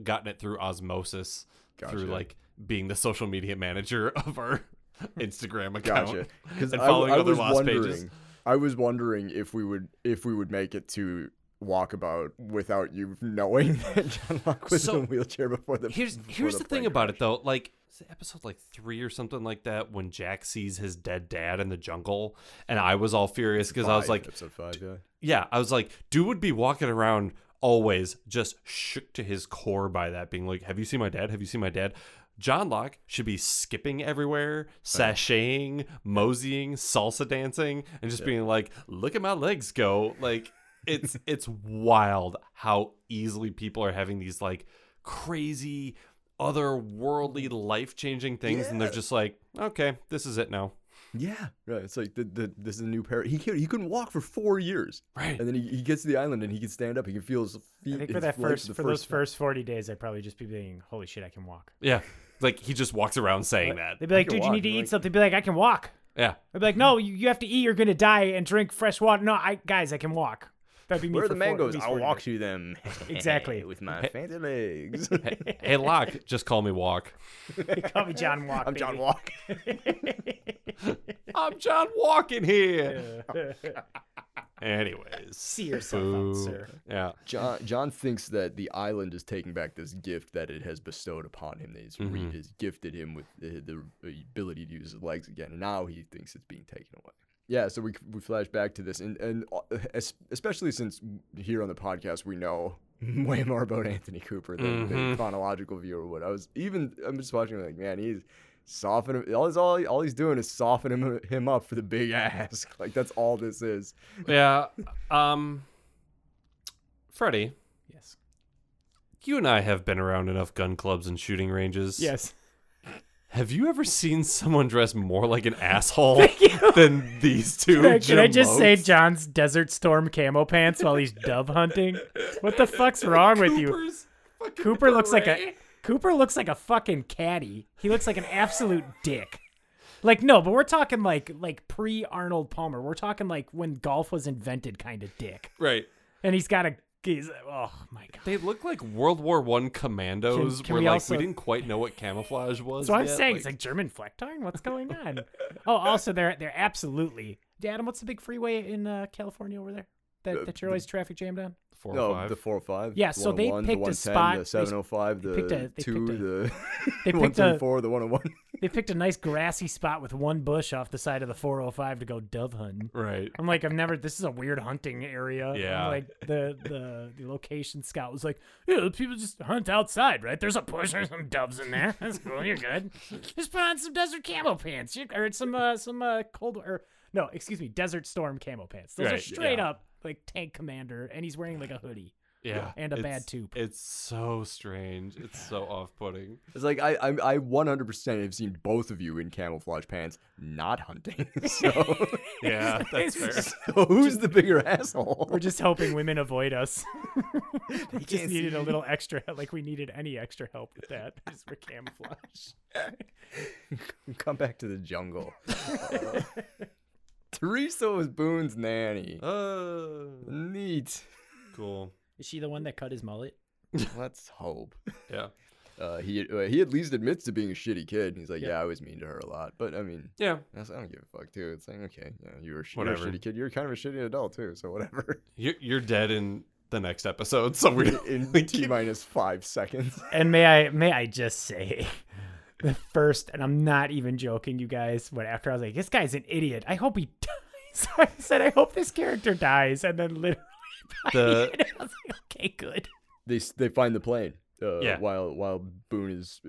[SPEAKER 1] gotten it through osmosis
[SPEAKER 2] Gotcha.
[SPEAKER 1] through like being the social media manager of our Instagram account
[SPEAKER 2] Gotcha. Because
[SPEAKER 1] and
[SPEAKER 2] I, w-
[SPEAKER 1] following
[SPEAKER 2] I
[SPEAKER 1] other
[SPEAKER 2] was
[SPEAKER 1] lost
[SPEAKER 2] wondering,
[SPEAKER 1] pages.
[SPEAKER 2] I was wondering if we would if we would make it to walkabout without you knowing that John Locke was
[SPEAKER 1] So,
[SPEAKER 2] in a wheelchair before the.
[SPEAKER 1] Here's
[SPEAKER 2] before
[SPEAKER 1] here's the,
[SPEAKER 2] plane
[SPEAKER 1] thing about it
[SPEAKER 2] crash.
[SPEAKER 1] though. Like is it episode like three or something like that when Jack sees his dead dad in the jungle, and I was all furious because I was
[SPEAKER 2] Five,
[SPEAKER 1] like,
[SPEAKER 2] episode five, yeah.
[SPEAKER 1] yeah, I was like, dude would be walking around always just shook to his core by that, being like, Have you seen my dad? Have you seen my dad? John Locke should be skipping everywhere, sashaying, moseying, salsa dancing, and just being like, Look at my legs go. Like, it's it's wild how easily people are having these like crazy otherworldly life-changing things and they're
[SPEAKER 2] Mm-hmm. Yeah.
[SPEAKER 1] just like okay this is it now
[SPEAKER 2] Yeah, right. It's like the, the this is a new pair. He can't, he couldn't walk for four years,
[SPEAKER 1] right
[SPEAKER 2] and then he, he gets to the island and he can stand up. He can feel his feet.
[SPEAKER 3] I think for
[SPEAKER 2] his legs
[SPEAKER 3] that first,
[SPEAKER 2] the
[SPEAKER 3] for those
[SPEAKER 2] time.
[SPEAKER 3] first forty days, I'd probably just be being, "Holy shit, I can walk."
[SPEAKER 1] yeah like he just walks around saying that
[SPEAKER 3] They'd be like,
[SPEAKER 2] can
[SPEAKER 3] "Dude, you
[SPEAKER 2] walk."
[SPEAKER 3] need to
[SPEAKER 2] You're
[SPEAKER 3] eat
[SPEAKER 2] like-
[SPEAKER 3] something." They'd be like, "I can walk."
[SPEAKER 1] yeah
[SPEAKER 3] I'd be like, "No, you, you have to eat. You're gonna die and drink fresh water." No, I guys, I can walk. That'd be me
[SPEAKER 2] Where are
[SPEAKER 3] for
[SPEAKER 2] the
[SPEAKER 3] four- at
[SPEAKER 2] mangoes?
[SPEAKER 3] least
[SPEAKER 2] I'll
[SPEAKER 3] 40
[SPEAKER 2] walk
[SPEAKER 3] days.
[SPEAKER 2] to them.
[SPEAKER 3] Exactly.
[SPEAKER 2] With my fancy legs.
[SPEAKER 1] hey Locke, just call me Walk.
[SPEAKER 3] Call me John Walk.
[SPEAKER 2] I'm John
[SPEAKER 3] baby.
[SPEAKER 2] Walk.
[SPEAKER 1] I'm John Walking here. Anyways,
[SPEAKER 3] See yourself out,
[SPEAKER 1] Boo.
[SPEAKER 3] sir.
[SPEAKER 1] Yeah,
[SPEAKER 2] John John thinks that the island is taking back this gift that it has bestowed upon him. That it's re-
[SPEAKER 1] Mhm.
[SPEAKER 2] has gifted him with the, the ability to use his legs again, and now he thinks it's being taken away. Yeah, so we, we flash back to this, and and uh, es- especially since here on the podcast we know way more about Anthony Cooper than the
[SPEAKER 1] Mhm.
[SPEAKER 2] chronological viewer would. I was even I'm just watching like man he's softening all he's all, all he's doing is softening him, him up for the big ass like that's all this is.
[SPEAKER 1] yeah. Um, Freddie,
[SPEAKER 3] Yes.
[SPEAKER 1] you and I have been around enough gun clubs and shooting ranges.
[SPEAKER 3] Yes.
[SPEAKER 1] Have you ever seen someone dress more like an asshole than these two?
[SPEAKER 3] Can I, can I just say
[SPEAKER 1] jamokes?
[SPEAKER 3] John's Desert Storm camo pants while he's dove hunting? What the fuck's wrong with you?
[SPEAKER 1] Cooper's fucking
[SPEAKER 3] Cooper looks like a
[SPEAKER 1] beret?
[SPEAKER 3] Cooper looks like a fucking caddy. He looks like an absolute dick. Like no, but we're talking like like pre Arnold Palmer. We're talking like when golf was invented kind of dick.
[SPEAKER 1] right.
[SPEAKER 3] And he's got a he's, oh my god.
[SPEAKER 1] They look like World War One commandos,
[SPEAKER 3] Can- can
[SPEAKER 1] where
[SPEAKER 3] we
[SPEAKER 1] like
[SPEAKER 3] also-
[SPEAKER 1] we didn't quite know what camouflage was.
[SPEAKER 3] So I'm
[SPEAKER 1] yet,
[SPEAKER 3] saying it's like German Flecktarn. What's going on? oh, also they're they're absolutely. Adam, what's the big freeway in uh, California over there that, that you're always traffic jammed on?
[SPEAKER 1] four or
[SPEAKER 2] No,
[SPEAKER 1] five.
[SPEAKER 2] the four or five.
[SPEAKER 3] oh Yeah, so they
[SPEAKER 2] 101,
[SPEAKER 3] picked a
[SPEAKER 2] the 110,
[SPEAKER 3] spot- they
[SPEAKER 2] The
[SPEAKER 3] s-
[SPEAKER 2] seven oh five,
[SPEAKER 3] they
[SPEAKER 2] the
[SPEAKER 3] picked a- they
[SPEAKER 2] two,
[SPEAKER 3] picked a-
[SPEAKER 2] the
[SPEAKER 3] They
[SPEAKER 2] one
[SPEAKER 3] picked a
[SPEAKER 2] three four, the one oh one.
[SPEAKER 3] they picked a nice grassy spot with one bush off the side of the 405 to go dove hunting.
[SPEAKER 1] right.
[SPEAKER 3] I'm like, I've never. This is a weird hunting area. I'm
[SPEAKER 1] Yeah.
[SPEAKER 3] like the the the location scout was like, yeah, the people just hunt outside, right? There's a bush, there's some doves in there. That's cool. You're good. Just put on some desert camo pants. You or some uh some uh cold or no, excuse me, desert storm camo pants. Those are
[SPEAKER 1] Right,
[SPEAKER 3] straight
[SPEAKER 1] yeah.
[SPEAKER 3] up like tank commander, and he's wearing like a hoodie.
[SPEAKER 1] Yeah.
[SPEAKER 3] And a bad
[SPEAKER 1] it's-
[SPEAKER 3] tube.
[SPEAKER 1] It's so strange. It's so off putting.
[SPEAKER 2] It's like I I I one hundred percent have seen both of you in camouflage pants, not hunting. So,
[SPEAKER 1] Yeah, that's fair.
[SPEAKER 2] so who's the bigger asshole?
[SPEAKER 3] We're just hoping women avoid us. we
[SPEAKER 2] can't
[SPEAKER 3] just
[SPEAKER 2] see
[SPEAKER 3] needed a little extra, like we needed any extra help with that. Because we're camouflage.
[SPEAKER 2] Come back to the jungle. Uh, Teresa was Boone's nanny.
[SPEAKER 1] Uh,
[SPEAKER 2] Neat.
[SPEAKER 1] cool.
[SPEAKER 3] Is she the one that cut his mullet?
[SPEAKER 2] Let's hope.
[SPEAKER 1] Yeah.
[SPEAKER 2] Uh, he uh, he at least admits to being a shitty kid. and He's like, yeah, I was mean to her a lot, but I mean,
[SPEAKER 1] Yeah.
[SPEAKER 2] That's, I don't give a fuck too. It's like okay, yeah, you were, a sh- you're
[SPEAKER 1] Whatever.
[SPEAKER 2] a shitty kid. You're kind of a shitty adult too, so whatever.
[SPEAKER 1] You're, you're dead in the next episode, so we don't
[SPEAKER 2] In
[SPEAKER 1] think
[SPEAKER 2] t
[SPEAKER 1] you-
[SPEAKER 2] minus five seconds.
[SPEAKER 3] And may I may I just say the first and I'm not even joking you guys when after I was like this guy's an idiot. I hope he dies. I said I hope this character dies and then literally by
[SPEAKER 1] The-
[SPEAKER 3] the end, I was like okay good.
[SPEAKER 2] They s- they find the plane. Uh,
[SPEAKER 1] Yeah.
[SPEAKER 2] While while Boone is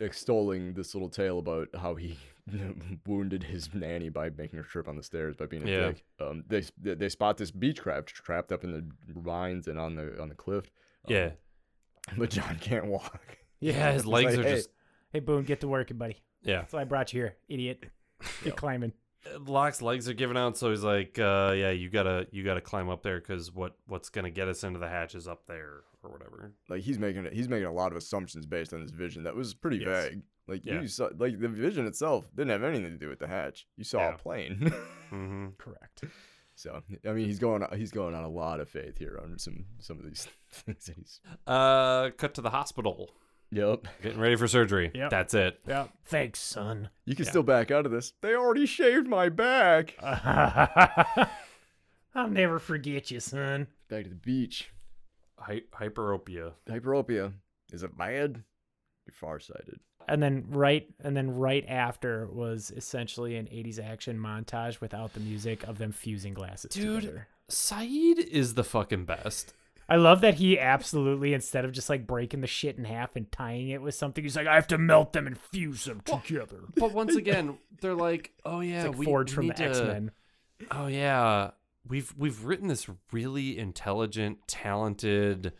[SPEAKER 2] extolling this little tale about how he wounded his nanny by making her trip on the stairs by being a
[SPEAKER 1] Yeah.
[SPEAKER 2] dick. Um, they s- they they spot this beechcraft trapped up in the vines and on the on the cliff. Um,
[SPEAKER 1] Yeah.
[SPEAKER 2] But John can't walk.
[SPEAKER 1] Yeah. His
[SPEAKER 2] It's
[SPEAKER 1] legs
[SPEAKER 2] like,
[SPEAKER 1] are
[SPEAKER 2] hey,
[SPEAKER 1] just.
[SPEAKER 3] Hey Boone, get to working, buddy.
[SPEAKER 1] Yeah.
[SPEAKER 3] That's why I brought you here, idiot. Get climbing.
[SPEAKER 1] Locke's legs are giving out, so he's like, uh, "Yeah, you gotta, you gotta climb up there because what, what's gonna get us into the hatch is up there or whatever."
[SPEAKER 2] like he's making he's making a lot of assumptions based on this vision that was pretty
[SPEAKER 1] Yes.
[SPEAKER 2] vague. Like
[SPEAKER 1] Yeah.
[SPEAKER 2] you saw, like the vision itself didn't have anything to do with the hatch. You saw
[SPEAKER 1] Yeah.
[SPEAKER 2] a plane,
[SPEAKER 1] hmm
[SPEAKER 3] Correct.
[SPEAKER 2] so I mean he's going he's going on a lot of faith here on some some of these things that he's.
[SPEAKER 1] Uh, cut to the hospital,
[SPEAKER 2] Yep,
[SPEAKER 1] getting ready for surgery.
[SPEAKER 3] Yep.
[SPEAKER 1] That's it.
[SPEAKER 3] Yeah. Thanks, son.
[SPEAKER 2] you can
[SPEAKER 1] Yeah.
[SPEAKER 2] still back out of this. They already shaved my back.
[SPEAKER 3] I'll never forget you, son.
[SPEAKER 2] Back to the beach.
[SPEAKER 1] Hy- hyperopia.
[SPEAKER 2] Hyperopia is it bad? You're farsighted.
[SPEAKER 3] and then right and then right after was essentially an 80s action montage without the music of them fusing glasses
[SPEAKER 1] Dude,
[SPEAKER 3] together.
[SPEAKER 1] Saeed is the fucking best.
[SPEAKER 3] I love that he absolutely, instead of just like breaking the shit in half and tying it with something, he's like, I have to melt them and fuse them together.
[SPEAKER 1] But once again, they're like, oh yeah,
[SPEAKER 3] It's like
[SPEAKER 1] we,
[SPEAKER 3] Forge
[SPEAKER 1] we
[SPEAKER 3] from
[SPEAKER 1] need
[SPEAKER 3] the
[SPEAKER 1] to-
[SPEAKER 3] X Men.
[SPEAKER 1] Oh yeah, we've we've written this really intelligent, talented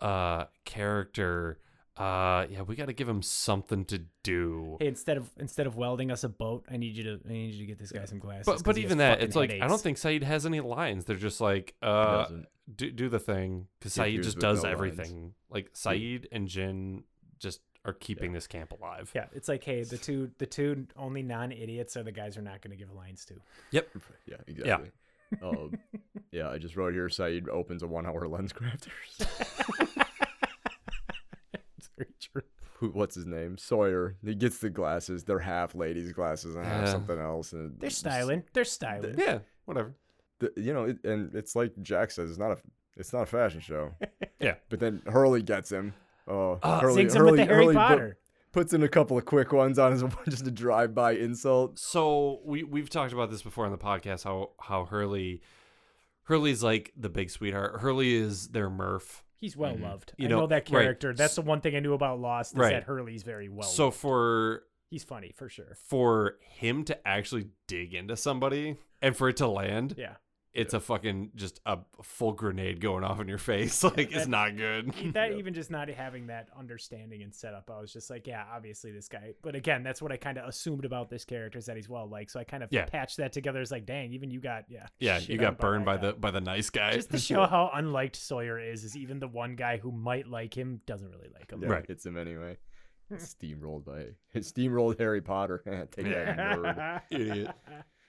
[SPEAKER 1] uh character. Uh yeah, we got to give him something to do.
[SPEAKER 3] Hey, instead of instead of welding us a boat, I need you to I need you to get this guy some glasses.
[SPEAKER 1] but
[SPEAKER 3] 'cause
[SPEAKER 1] but
[SPEAKER 3] he has
[SPEAKER 1] even that,
[SPEAKER 3] fucking
[SPEAKER 1] it's like I don't
[SPEAKER 3] headaches."
[SPEAKER 1] think Saeed has any lines. They're just like uh do, do the thing because
[SPEAKER 2] He
[SPEAKER 1] Saeed
[SPEAKER 2] appears
[SPEAKER 1] just
[SPEAKER 2] with
[SPEAKER 1] does
[SPEAKER 2] no
[SPEAKER 1] everything. Like Saeed and Jin just are keeping this camp alive.
[SPEAKER 3] Yeah, it's like hey, the two the two only non idiots are the guys we're not going to give lines to.
[SPEAKER 2] Yeah, exactly. Yeah. Um, yeah, I just wrote here Saeed opens a one hour lens crafters.
[SPEAKER 3] It's very true.
[SPEAKER 2] Who, what's his name? Sawyer. He gets the glasses. They're half ladies' glasses and half
[SPEAKER 1] Yeah.
[SPEAKER 2] something else. And
[SPEAKER 3] They're
[SPEAKER 2] it's-
[SPEAKER 3] styling. They're styling.
[SPEAKER 1] Yeah, whatever.
[SPEAKER 2] the- you know, it, and it's like Jack says, it's not a, it's not a fashion show.
[SPEAKER 1] Yeah.
[SPEAKER 2] But then Hurley gets him. Oh,
[SPEAKER 1] Uh,
[SPEAKER 2] Hurley,
[SPEAKER 3] Sings them with
[SPEAKER 2] Hurley-
[SPEAKER 3] the Harry
[SPEAKER 2] Hurley pu-
[SPEAKER 3] Potter.
[SPEAKER 2] puts in a couple of quick ones on his just a drive-by insult.
[SPEAKER 1] So we we've talked about this before on the podcast how how Hurley Hurley's like the big sweetheart. Hurley is their Murph.
[SPEAKER 3] He's well loved.
[SPEAKER 1] Mm-hmm. You
[SPEAKER 3] I
[SPEAKER 1] know,
[SPEAKER 3] know that
[SPEAKER 1] right.
[SPEAKER 3] character. That's the one thing I knew about Lost is
[SPEAKER 1] Right.
[SPEAKER 3] that Hurley's very well.
[SPEAKER 1] so
[SPEAKER 3] loved.
[SPEAKER 1] for
[SPEAKER 3] he's funny for sure.
[SPEAKER 1] for him to actually dig into somebody and for it to land,
[SPEAKER 3] Yeah,
[SPEAKER 1] it's a fucking just a full grenade going off in your face. Like it's
[SPEAKER 3] that-
[SPEAKER 1] not good.
[SPEAKER 3] that even just not having that understanding and setup, I was just like, yeah, obviously this guy. But again, that's what I kind of assumed about this character is that he's well liked. So I kind of
[SPEAKER 1] Yeah.
[SPEAKER 3] patched that together. It's like, dang, even you got yeah.
[SPEAKER 1] Yeah,
[SPEAKER 3] shit
[SPEAKER 1] you
[SPEAKER 3] on
[SPEAKER 1] got burned by
[SPEAKER 3] that
[SPEAKER 1] the
[SPEAKER 3] guy.
[SPEAKER 1] by the nice guy.
[SPEAKER 3] Just to show how unliked Sawyer is, is even the one guy who might like him doesn't really like him.
[SPEAKER 2] Yeah,
[SPEAKER 1] Right.
[SPEAKER 2] Hits him anyway.
[SPEAKER 3] Hmm.
[SPEAKER 2] Steamrolled by steamrolled Harry Potter. Take that nerd.
[SPEAKER 1] Idiot.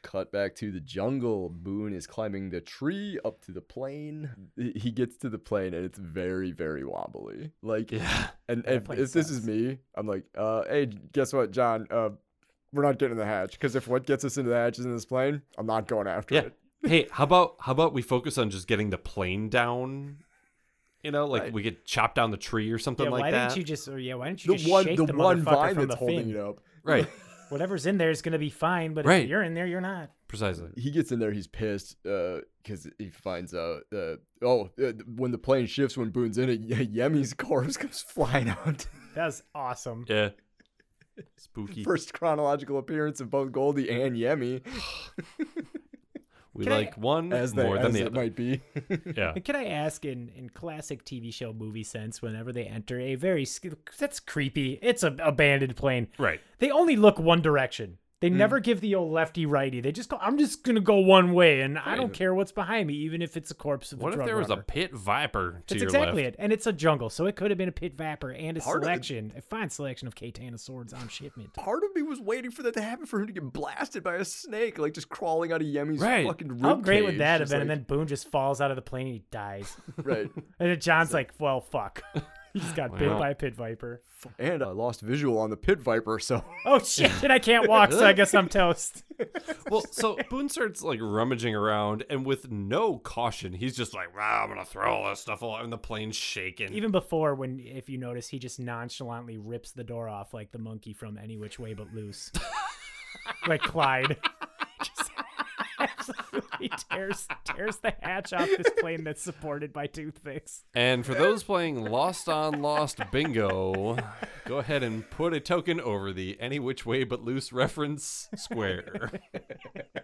[SPEAKER 2] Cut back to the jungle. Boone is climbing the tree up to the plane. He he gets to the plane and it's very, very wobbly. Like,
[SPEAKER 1] yeah.
[SPEAKER 2] and
[SPEAKER 3] that
[SPEAKER 2] if,
[SPEAKER 3] plane
[SPEAKER 2] if this is
[SPEAKER 3] sucks.
[SPEAKER 2] me, I'm like, uh, hey, guess what, John? Uh, we're not getting in the hatch because if what gets us into the hatch is in this plane, I'm not going after
[SPEAKER 1] Yeah.
[SPEAKER 2] it.
[SPEAKER 1] Hey, how about how about we focus on just getting the plane down? You know, like
[SPEAKER 2] Right.
[SPEAKER 1] we could chop down the tree or something
[SPEAKER 3] yeah,
[SPEAKER 1] like
[SPEAKER 3] why
[SPEAKER 1] that.
[SPEAKER 3] didn't you just? Or yeah, why didn't you
[SPEAKER 2] The
[SPEAKER 3] just
[SPEAKER 2] one,
[SPEAKER 3] shake
[SPEAKER 2] the
[SPEAKER 3] the,
[SPEAKER 2] one
[SPEAKER 3] motherfucker
[SPEAKER 2] vine
[SPEAKER 3] from
[SPEAKER 2] that's
[SPEAKER 3] the
[SPEAKER 2] holding
[SPEAKER 3] fin?
[SPEAKER 2] it up.
[SPEAKER 1] Right.
[SPEAKER 3] Whatever's in there is gonna be fine, but
[SPEAKER 1] Right.
[SPEAKER 3] if you're in there, you're not.
[SPEAKER 1] Precisely.
[SPEAKER 2] he gets in there he's pissed because he finds out uh, oh uh, when the plane shifts when boone's in it Ye- yemi's corpse comes flying out
[SPEAKER 3] That was awesome.
[SPEAKER 1] Yeah. Spooky.
[SPEAKER 2] first chronological appearance of both goldie and yemi
[SPEAKER 1] we
[SPEAKER 3] Can I-
[SPEAKER 1] like one
[SPEAKER 2] as, they,
[SPEAKER 1] more
[SPEAKER 2] as
[SPEAKER 1] than the
[SPEAKER 2] it
[SPEAKER 1] other.
[SPEAKER 2] might be
[SPEAKER 1] Yeah.
[SPEAKER 3] And can I ask, in in classic TV show movie sense, whenever they enter a very sc- that's creepy. It's a abandoned plane.
[SPEAKER 1] Right.
[SPEAKER 3] They only look one direction. They
[SPEAKER 1] Mm.
[SPEAKER 3] never give the old lefty righty. They just go. I'm just gonna go one way, and I don't care what's behind me, even if it's a corpse of a
[SPEAKER 1] What if
[SPEAKER 3] drug
[SPEAKER 1] there was a
[SPEAKER 3] runner.
[SPEAKER 1] pit viper to
[SPEAKER 3] That's
[SPEAKER 1] your
[SPEAKER 3] exactly
[SPEAKER 1] left?
[SPEAKER 3] it, and it's a jungle, so it could have been a pit vapor and a
[SPEAKER 2] Part of it-
[SPEAKER 3] selection, a fine selection of Katana swords on shipment.
[SPEAKER 2] part of me was waiting for that to happen for him to get blasted by a snake like just crawling out of yemi's
[SPEAKER 1] Right.
[SPEAKER 2] fucking rib
[SPEAKER 3] How great would
[SPEAKER 2] cage,
[SPEAKER 3] that have
[SPEAKER 2] just
[SPEAKER 3] been? And
[SPEAKER 2] like-
[SPEAKER 3] then Boone just falls out of the plane and he dies.
[SPEAKER 2] right
[SPEAKER 3] And then John's like, well, fuck. He just got bit
[SPEAKER 1] Wow.
[SPEAKER 3] by a pit viper.
[SPEAKER 2] and i lost visual on the pit viper so
[SPEAKER 3] Oh shit! And I can't walk, so I guess I'm toast.
[SPEAKER 1] Well, so Boone starts like rummaging around, and with no caution, he's just like, "Wow, I'm gonna throw all this stuff all," and the plane's shaking.
[SPEAKER 3] Even before, when if you notice, he just nonchalantly rips the door off like the monkey from Any Which Way But Loose, like Clyde. Just absolutely tears tears the hatch off this plane that's supported by toothpicks.
[SPEAKER 1] and for those playing Lost on Lost Bingo, go ahead and put a token over the any which way but loose reference square.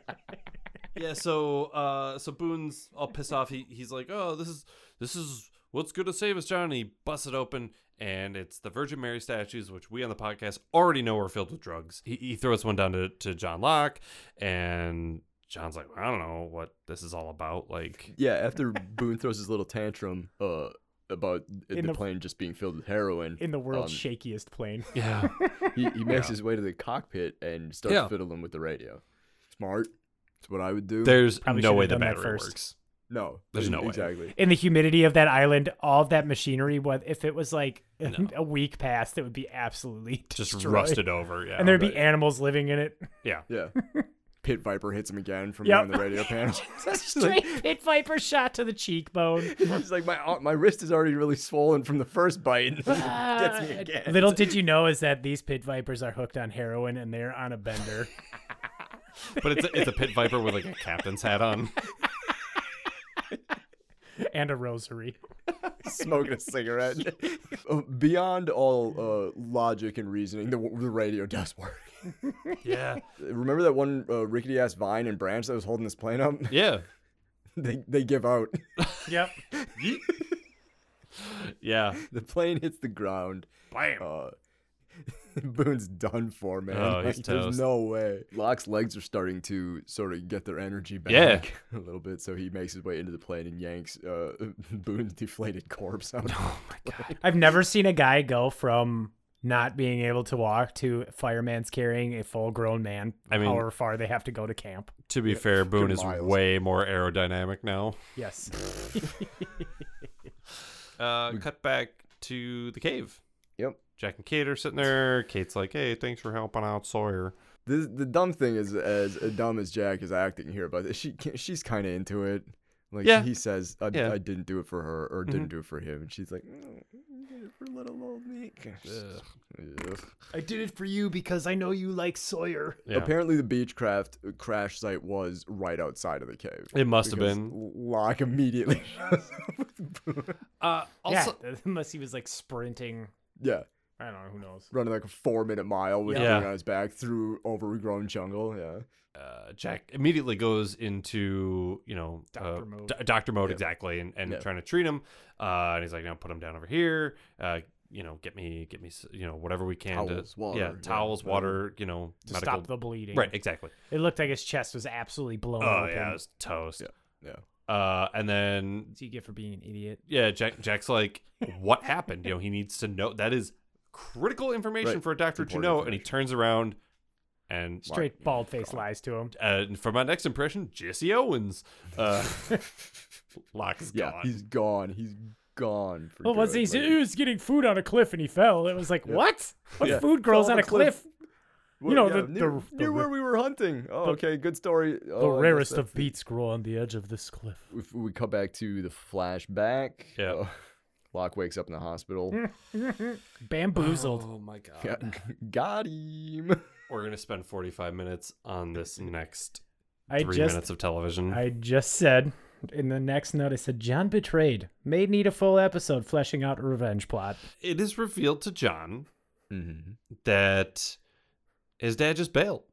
[SPEAKER 1] yeah. So, uh, so Boone's all pissed off. He he's like, "Oh, this is this is what's good to save us, John." And he busts it open. And it's the Virgin Mary statues, which we on the podcast already know are filled with drugs. He, he throws one down to, to John Locke, and John's like, I don't know what this is all about. Like,
[SPEAKER 2] Yeah, after Boone throws his little tantrum uh, about the,
[SPEAKER 3] In the-
[SPEAKER 2] plane just being filled with heroin,
[SPEAKER 3] In the world's
[SPEAKER 2] um,
[SPEAKER 3] shakiest plane.
[SPEAKER 1] yeah,
[SPEAKER 2] he, he makes his way to the cockpit and starts
[SPEAKER 1] Yeah.
[SPEAKER 2] fiddling with the radio. Smart. That's what I would do.
[SPEAKER 1] there's
[SPEAKER 3] Probably
[SPEAKER 1] no
[SPEAKER 3] should've
[SPEAKER 1] way the
[SPEAKER 3] done that
[SPEAKER 1] battery
[SPEAKER 3] first.
[SPEAKER 1] works.
[SPEAKER 2] no,
[SPEAKER 1] there's no way.
[SPEAKER 2] exactly.
[SPEAKER 3] In the humidity of that island, all of that machinery, what if it was like a week past, it would be absolutely
[SPEAKER 1] Just
[SPEAKER 3] destroyed.
[SPEAKER 1] rusted over. Yeah,
[SPEAKER 3] and there'd be animals living in it.
[SPEAKER 1] yeah.
[SPEAKER 2] Yeah. Pit Viper hits him again from
[SPEAKER 3] Yep.
[SPEAKER 2] behind the radio panel.
[SPEAKER 3] Straight pit viper shot to the cheekbone.
[SPEAKER 2] He's like, my ar- my wrist is already really swollen from the first bite. Gets me
[SPEAKER 3] Uh,
[SPEAKER 2] again.
[SPEAKER 3] Little did you know is that these pit vipers are hooked on heroin and they're on a bender.
[SPEAKER 1] But it's a, it's a pit viper with like a captain's hat on.
[SPEAKER 3] and a rosary.
[SPEAKER 2] smoking a cigarette. Uh, Beyond all uh, logic and reasoning, the, the radio does work.
[SPEAKER 1] Yeah.
[SPEAKER 2] Remember that one uh, rickety ass vine and branch that was holding this plane up?
[SPEAKER 1] Yeah.
[SPEAKER 2] they they give out.
[SPEAKER 3] Yep.
[SPEAKER 1] Yeah.
[SPEAKER 2] the plane hits the ground.
[SPEAKER 1] Bam.
[SPEAKER 2] Uh, Boone's done for, man.
[SPEAKER 1] Oh, he's
[SPEAKER 2] Like, there's
[SPEAKER 1] toast.
[SPEAKER 2] no way. Locke's legs are starting to sort of get their energy back
[SPEAKER 1] Yeah.
[SPEAKER 2] a little bit, so he makes his way into the plane and yanks uh, Boone's deflated corpse out.
[SPEAKER 3] I've never seen a guy go from not being able to walk to fireman's carrying a full grown man
[SPEAKER 1] I mean-
[SPEAKER 3] however far they have to go to camp.
[SPEAKER 1] To be fair, Boone is
[SPEAKER 2] miles.
[SPEAKER 1] way more aerodynamic now.
[SPEAKER 3] Yes.
[SPEAKER 1] Uh, cut back to the cave.
[SPEAKER 2] Yep.
[SPEAKER 1] Jack and Kate are sitting there. Kate's like, "Hey, thanks for helping out Sawyer."
[SPEAKER 2] This, the dumb thing is, as dumb as Jack is acting here, but she ca- she's kind of into it. Like
[SPEAKER 1] Yeah.
[SPEAKER 2] he says, I,
[SPEAKER 1] Yeah. Mm-hmm.
[SPEAKER 2] I didn't do it for her or didn't do it for him, and she's like, "Mm, you did it for little old me. Ugh.
[SPEAKER 3] I did it for you because I know you like Sawyer.
[SPEAKER 1] Yeah.
[SPEAKER 2] Apparently, the Beechcraft uh, crash site was right outside of the cave.
[SPEAKER 1] It must have
[SPEAKER 2] because
[SPEAKER 1] been.
[SPEAKER 2] Locke immediately. shows up with Boone.
[SPEAKER 1] Uh, also,
[SPEAKER 3] yeah, unless he was like sprinting.
[SPEAKER 2] yeah,
[SPEAKER 3] I don't know. Who knows?
[SPEAKER 2] running like a four-minute mile with
[SPEAKER 1] Yeah.
[SPEAKER 2] Boone on his back through overgrown jungle. Yeah,
[SPEAKER 1] uh, Jack immediately goes into you know
[SPEAKER 3] Doctor
[SPEAKER 1] uh,
[SPEAKER 3] mode.
[SPEAKER 1] d- doctor mode exactly, and, and
[SPEAKER 2] Yeah.
[SPEAKER 1] trying to treat him. Uh, and he's like, "Now put him down over here. Uh, you know, get me, get me, s- you know, whatever we can
[SPEAKER 2] Towels,
[SPEAKER 1] to,
[SPEAKER 2] water,
[SPEAKER 1] yeah,
[SPEAKER 2] yeah,
[SPEAKER 1] towels,
[SPEAKER 2] whatever.
[SPEAKER 1] water, you know,
[SPEAKER 3] To
[SPEAKER 1] medical,
[SPEAKER 3] stop the bleeding.
[SPEAKER 1] right, exactly.
[SPEAKER 3] It looked like his chest was absolutely blown
[SPEAKER 1] Oh
[SPEAKER 3] open.
[SPEAKER 1] yeah, it was toast.
[SPEAKER 2] yeah.
[SPEAKER 1] Uh, and then
[SPEAKER 3] What do you get for being an idiot?
[SPEAKER 1] yeah, Jack, Jack's like, what happened? You know, he needs to know. That is critical information
[SPEAKER 2] Right.
[SPEAKER 1] for a doctor to
[SPEAKER 2] Important
[SPEAKER 1] know. And he
[SPEAKER 2] information.
[SPEAKER 1] turns around and
[SPEAKER 3] Straight bald face lies to him.
[SPEAKER 1] uh, for my next impression, Jesse Owens. Uh, Locke's
[SPEAKER 2] Yeah,
[SPEAKER 1] gone.
[SPEAKER 2] he's gone. He's gone. For
[SPEAKER 3] Well, once
[SPEAKER 2] good,
[SPEAKER 3] he's,
[SPEAKER 2] like-
[SPEAKER 3] he was getting food on a cliff and he fell. It was like, what? What
[SPEAKER 2] Yeah.
[SPEAKER 3] food grows
[SPEAKER 2] Fell
[SPEAKER 3] on a cliff?
[SPEAKER 2] Well,
[SPEAKER 3] know,
[SPEAKER 2] yeah,
[SPEAKER 3] the-
[SPEAKER 2] near,
[SPEAKER 3] the-
[SPEAKER 2] near
[SPEAKER 3] the-
[SPEAKER 2] where we were hunting. Oh, okay, good story.
[SPEAKER 3] The
[SPEAKER 2] Oh, I guess
[SPEAKER 3] rarest
[SPEAKER 2] that's
[SPEAKER 3] of beets grow on the edge of this cliff.
[SPEAKER 2] it. If we come back to the flashback,
[SPEAKER 1] Yeah.
[SPEAKER 2] uh, Locke wakes up in the hospital.
[SPEAKER 3] Bamboozled.
[SPEAKER 1] Oh, my god.
[SPEAKER 2] Got, got him.
[SPEAKER 1] We're gonna spend 45 minutes on this next
[SPEAKER 3] I
[SPEAKER 1] three
[SPEAKER 3] just
[SPEAKER 1] minutes of television.
[SPEAKER 3] I just said in the next note I said John betrayed. May need a full episode fleshing out a revenge plot.
[SPEAKER 1] It is revealed to John
[SPEAKER 2] Mm-hmm.
[SPEAKER 1] that his dad just bailed.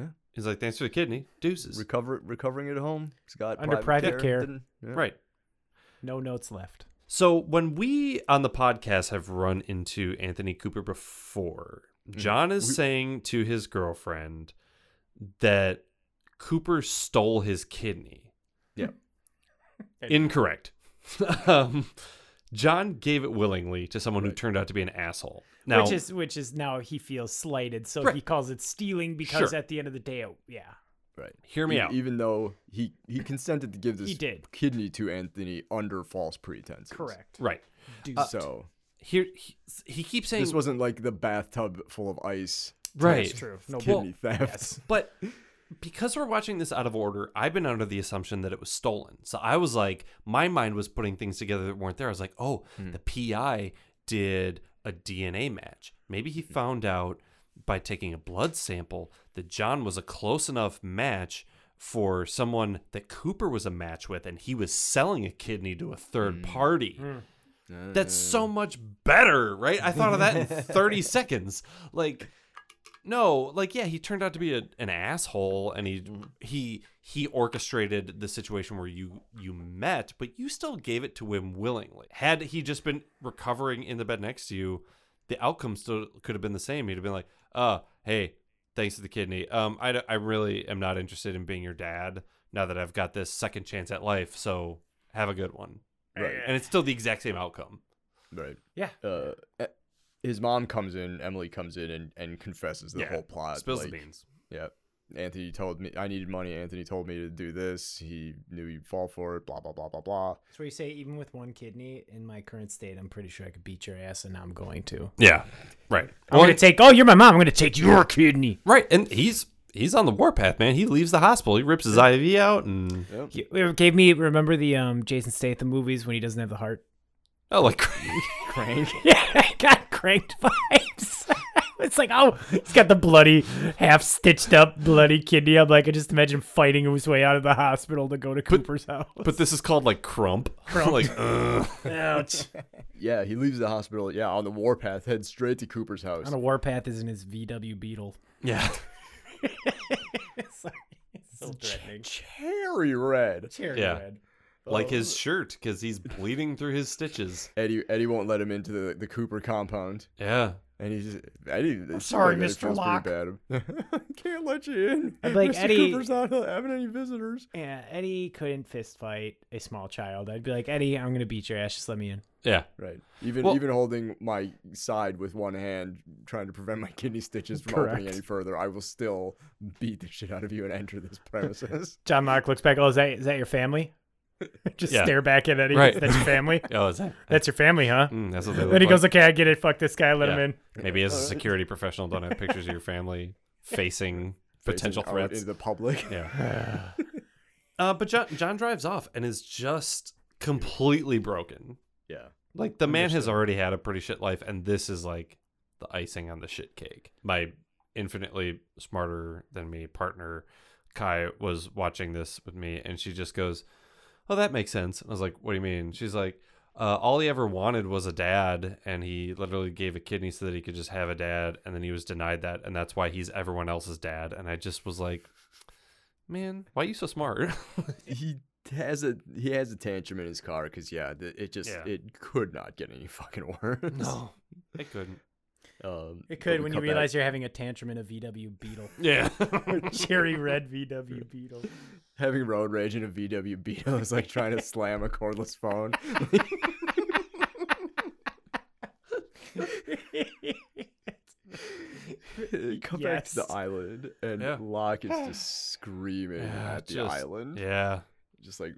[SPEAKER 2] Yeah.
[SPEAKER 1] He's like, thanks for the kidney, deuces.
[SPEAKER 2] Recover, recovering at home. He's got
[SPEAKER 3] Under private care.
[SPEAKER 2] didn't- yeah.
[SPEAKER 1] right.
[SPEAKER 3] No notes left.
[SPEAKER 1] So when we on the podcast have run into Anthony Cooper before, John is
[SPEAKER 2] Mm-hmm. We-
[SPEAKER 1] saying to his girlfriend that Cooper stole his kidney.
[SPEAKER 2] Yeah.
[SPEAKER 1] Incorrect. um, John gave it willingly to someone who turned out to be an asshole. Now,
[SPEAKER 3] which is which is now he feels slighted, so
[SPEAKER 1] Right.
[SPEAKER 3] he calls it stealing because
[SPEAKER 1] Sure.
[SPEAKER 3] at the end of the day, oh, yeah.
[SPEAKER 2] Right.
[SPEAKER 1] hear me
[SPEAKER 2] E-
[SPEAKER 1] out.
[SPEAKER 2] Even though he he consented to give this
[SPEAKER 3] He did.
[SPEAKER 2] kidney to Anthony under false pretenses. Uh,
[SPEAKER 3] Correct.
[SPEAKER 1] right.
[SPEAKER 3] Deuce.
[SPEAKER 2] So
[SPEAKER 1] Here he, he keeps saying
[SPEAKER 2] this wasn't like the bathtub full of ice
[SPEAKER 1] right.
[SPEAKER 3] That's true. No
[SPEAKER 1] Well,
[SPEAKER 2] kidney theft.
[SPEAKER 1] But because we're watching this out of order, I've been under the assumption that it was stolen. So I was like, my mind was putting things together that weren't there. I was like, oh, the PI did a DNA match. Maybe he found out by taking a blood sample that John was a close enough match for someone that Cooper was a match with and he was selling a kidney to a third party. That's so much better, right? I thought of that in 30 seconds. Like no, like yeah, he turned out to be a, an asshole and he he he orchestrated the situation where you you met, but you still gave it to him willingly. Had he just been recovering in the bed next to you, the outcome still could have been the same. He'd have been like, "Uh, hey, thanks to the kidney. Um I d- I really am not interested in being your dad now that I've got this second chance at life, so have a good one."
[SPEAKER 2] Right.
[SPEAKER 1] And it's still the exact same outcome.
[SPEAKER 2] Right.
[SPEAKER 3] Yeah.
[SPEAKER 2] Uh, e- his mom comes in. Emily comes in and, and confesses the
[SPEAKER 1] Yeah,
[SPEAKER 2] whole plot.
[SPEAKER 1] Spills
[SPEAKER 2] like,
[SPEAKER 1] the beans.
[SPEAKER 2] Yeah. Anthony told me I needed money. Anthony told me to do this. He knew he'd fall for it. Blah blah blah blah blah.
[SPEAKER 3] That's where you say even with one kidney in my current state, I'm pretty sure I could beat your ass and I'm going to.
[SPEAKER 1] Yeah. Right.
[SPEAKER 3] I'm gonna take oh you're my mom, I'm gonna take your kidney.
[SPEAKER 1] Right, and he's he's on the warpath, man. He leaves the hospital. He rips his IV out, and
[SPEAKER 3] Yeah, It gave me remember the um Jason Statham movies when he doesn't have the heart.
[SPEAKER 1] oh, like
[SPEAKER 2] Crank.
[SPEAKER 3] Yeah, I got cranked vibes. It's like, oh, he's got the bloody, half stitched up, bloody kidney. I'm like, I just imagine fighting his way out of the hospital to go to Cooper's house.
[SPEAKER 1] But this is called like crump.
[SPEAKER 3] Crump.
[SPEAKER 1] like ugh.
[SPEAKER 3] Ouch.
[SPEAKER 2] Yeah, he leaves the hospital. Yeah, on the warpath, heads straight to Cooper's house.
[SPEAKER 3] On a warpath is in his VW Beetle.
[SPEAKER 1] yeah.
[SPEAKER 3] It's like, it's so threatening.
[SPEAKER 2] Cherry red.
[SPEAKER 3] Cherry
[SPEAKER 1] Yeah.
[SPEAKER 3] red.
[SPEAKER 1] Like his shirt because he's bleeding through his stitches.
[SPEAKER 2] Eddie Eddie won't let him into the, the Cooper compound,
[SPEAKER 1] Yeah.
[SPEAKER 2] and he's Eddie. I'm
[SPEAKER 3] sorry, Mr. Locke.
[SPEAKER 2] Can't let you in.
[SPEAKER 3] I'd like,
[SPEAKER 2] Mr.
[SPEAKER 3] Eddie-
[SPEAKER 2] Cooper's not having any visitors.
[SPEAKER 3] Yeah, Eddie couldn't fist fight a small child. I'd be like, Eddie, I'm gonna beat your ass. Just let me in.
[SPEAKER 1] Yeah.
[SPEAKER 2] Right. Even
[SPEAKER 1] Well-
[SPEAKER 2] even holding my side with one hand, trying to prevent my kidney stitches from opening
[SPEAKER 3] Correct.
[SPEAKER 2] any further, I will still beat the shit out of you and enter this premises.
[SPEAKER 3] John Locke looks back. Oh, is that is that your family? just
[SPEAKER 1] Yeah.
[SPEAKER 3] stare back at Eddie.
[SPEAKER 1] Right.
[SPEAKER 3] That's your family.
[SPEAKER 1] Oh, is that?
[SPEAKER 3] That's your family, huh?
[SPEAKER 1] Mm, that's what they look
[SPEAKER 3] Then he
[SPEAKER 1] like.
[SPEAKER 3] goes, okay, I get it. Fuck this guy. Let
[SPEAKER 1] Yeah.
[SPEAKER 3] him
[SPEAKER 1] Maybe as a security professional, don't have pictures of your family facing potential
[SPEAKER 2] Facing out
[SPEAKER 1] threats.
[SPEAKER 2] into the public.
[SPEAKER 1] Yeah.
[SPEAKER 3] in.
[SPEAKER 1] Uh, but John, John drives off and is just completely broken.
[SPEAKER 2] Yeah.
[SPEAKER 1] Like the man has already had a pretty shit life, and this is like the icing on the shit cake. My infinitely smarter than me partner, Kai, was watching this with me, and she just goes, "Oh, that makes sense." And I was like, "What do you mean?" She's like, uh, "All he ever wanted was a dad, and he literally gave a kidney so that he could just have a dad, and then he was denied that, and that's why he's everyone else's dad." And I just was like, "Man, why you so smart?"
[SPEAKER 2] he has a he has a tantrum in his car because yeah, th- it just
[SPEAKER 1] Yeah.
[SPEAKER 2] it could not get any fucking worse.
[SPEAKER 1] no, I couldn't.
[SPEAKER 2] um,
[SPEAKER 3] It could when you realize you're having a tantrum in a VW Beetle.
[SPEAKER 1] Yeah.
[SPEAKER 3] Cherry red VW Beetle.
[SPEAKER 2] you're having road rage in a VW Beetle is like trying to slam a cordless phone. Come back to the
[SPEAKER 3] Yes.
[SPEAKER 2] island, and
[SPEAKER 1] Yeah.
[SPEAKER 2] Locke is just screaming
[SPEAKER 1] Yeah,
[SPEAKER 2] at the
[SPEAKER 1] just-
[SPEAKER 2] island,
[SPEAKER 1] yeah.
[SPEAKER 2] just like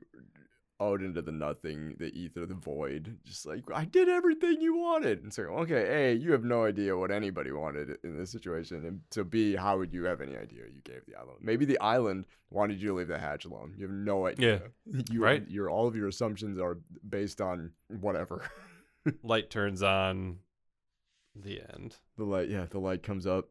[SPEAKER 2] out into the nothing, the ether, the void. Just like I did everything you wanted. And so, okay, a you have no idea what anybody wanted in this situation, and so b how would you have any idea you gave the island? Maybe the island wanted you to leave the hatch alone. You have no idea. You,
[SPEAKER 1] Right.
[SPEAKER 2] Your all of your assumptions are based on whatever.
[SPEAKER 1] Light turns on. The end.
[SPEAKER 2] the light yeah the light comes up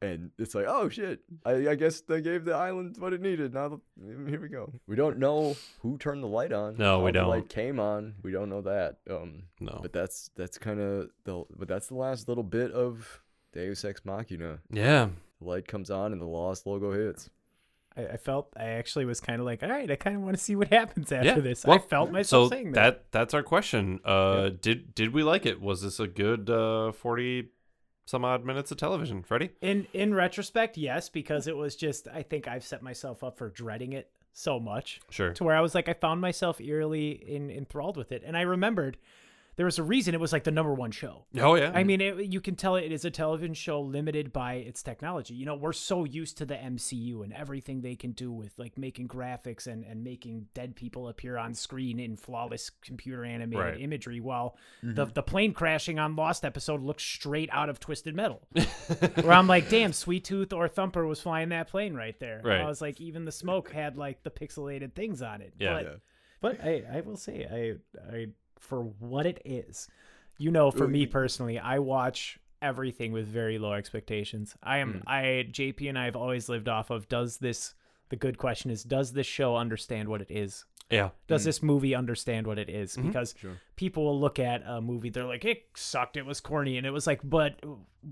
[SPEAKER 2] and it's like oh shit I, I guess they gave the island what it needed now the- here we go we don't know who turned the light on
[SPEAKER 1] No,
[SPEAKER 2] how
[SPEAKER 1] we
[SPEAKER 2] the
[SPEAKER 1] don't. Oh.
[SPEAKER 2] light came on we don't know that um
[SPEAKER 1] No.
[SPEAKER 2] but that's that's kind of the but that's the last little bit of Deus Ex Machina
[SPEAKER 1] Yeah.
[SPEAKER 2] the light comes on and the lost logo hits
[SPEAKER 3] I, I felt I actually was kind of like, all right, I kind of want to see what happens after
[SPEAKER 1] Yeah,
[SPEAKER 3] this.
[SPEAKER 1] well,
[SPEAKER 3] I felt
[SPEAKER 1] So
[SPEAKER 3] myself saying that.
[SPEAKER 1] that that's our question. Uh, did did we like it? Was this a good uh, forty some odd minutes of television? Freddie?
[SPEAKER 3] In in retrospect, yes, because it was just I think I've set myself up for dreading it so much.
[SPEAKER 1] Sure.
[SPEAKER 3] to where I was like, I found myself eerily in, enthralled with it. And I remembered there was a reason it was like the number one show.
[SPEAKER 1] Oh yeah.
[SPEAKER 3] I mean, it, you can tell it is a television show limited by its technology. You know, we're so used to the MCU and everything they can do with like making graphics and, and making dead people appear on screen in flawless computer animated
[SPEAKER 1] Right.
[SPEAKER 3] imagery. While the, the plane crashing on Lost episode looks straight out of Twisted Metal, where I'm like, damn, Sweet Tooth or Thumper was flying that plane right there.
[SPEAKER 1] Right.
[SPEAKER 3] I was like, even the smoke had like the pixelated things on it.
[SPEAKER 1] Yeah.
[SPEAKER 3] But
[SPEAKER 2] Yeah.
[SPEAKER 3] but I, I will say I I for what it is, you know, for me personally, I watch everything with very low expectations. I am I JP and I have always lived off of does this the good question is does this show understand what it is?
[SPEAKER 1] yeah.
[SPEAKER 3] Does this movie understand what it is?
[SPEAKER 1] Mm-hmm.
[SPEAKER 3] Because people will look at a movie, they're like, it sucked, it was corny, and it was like, but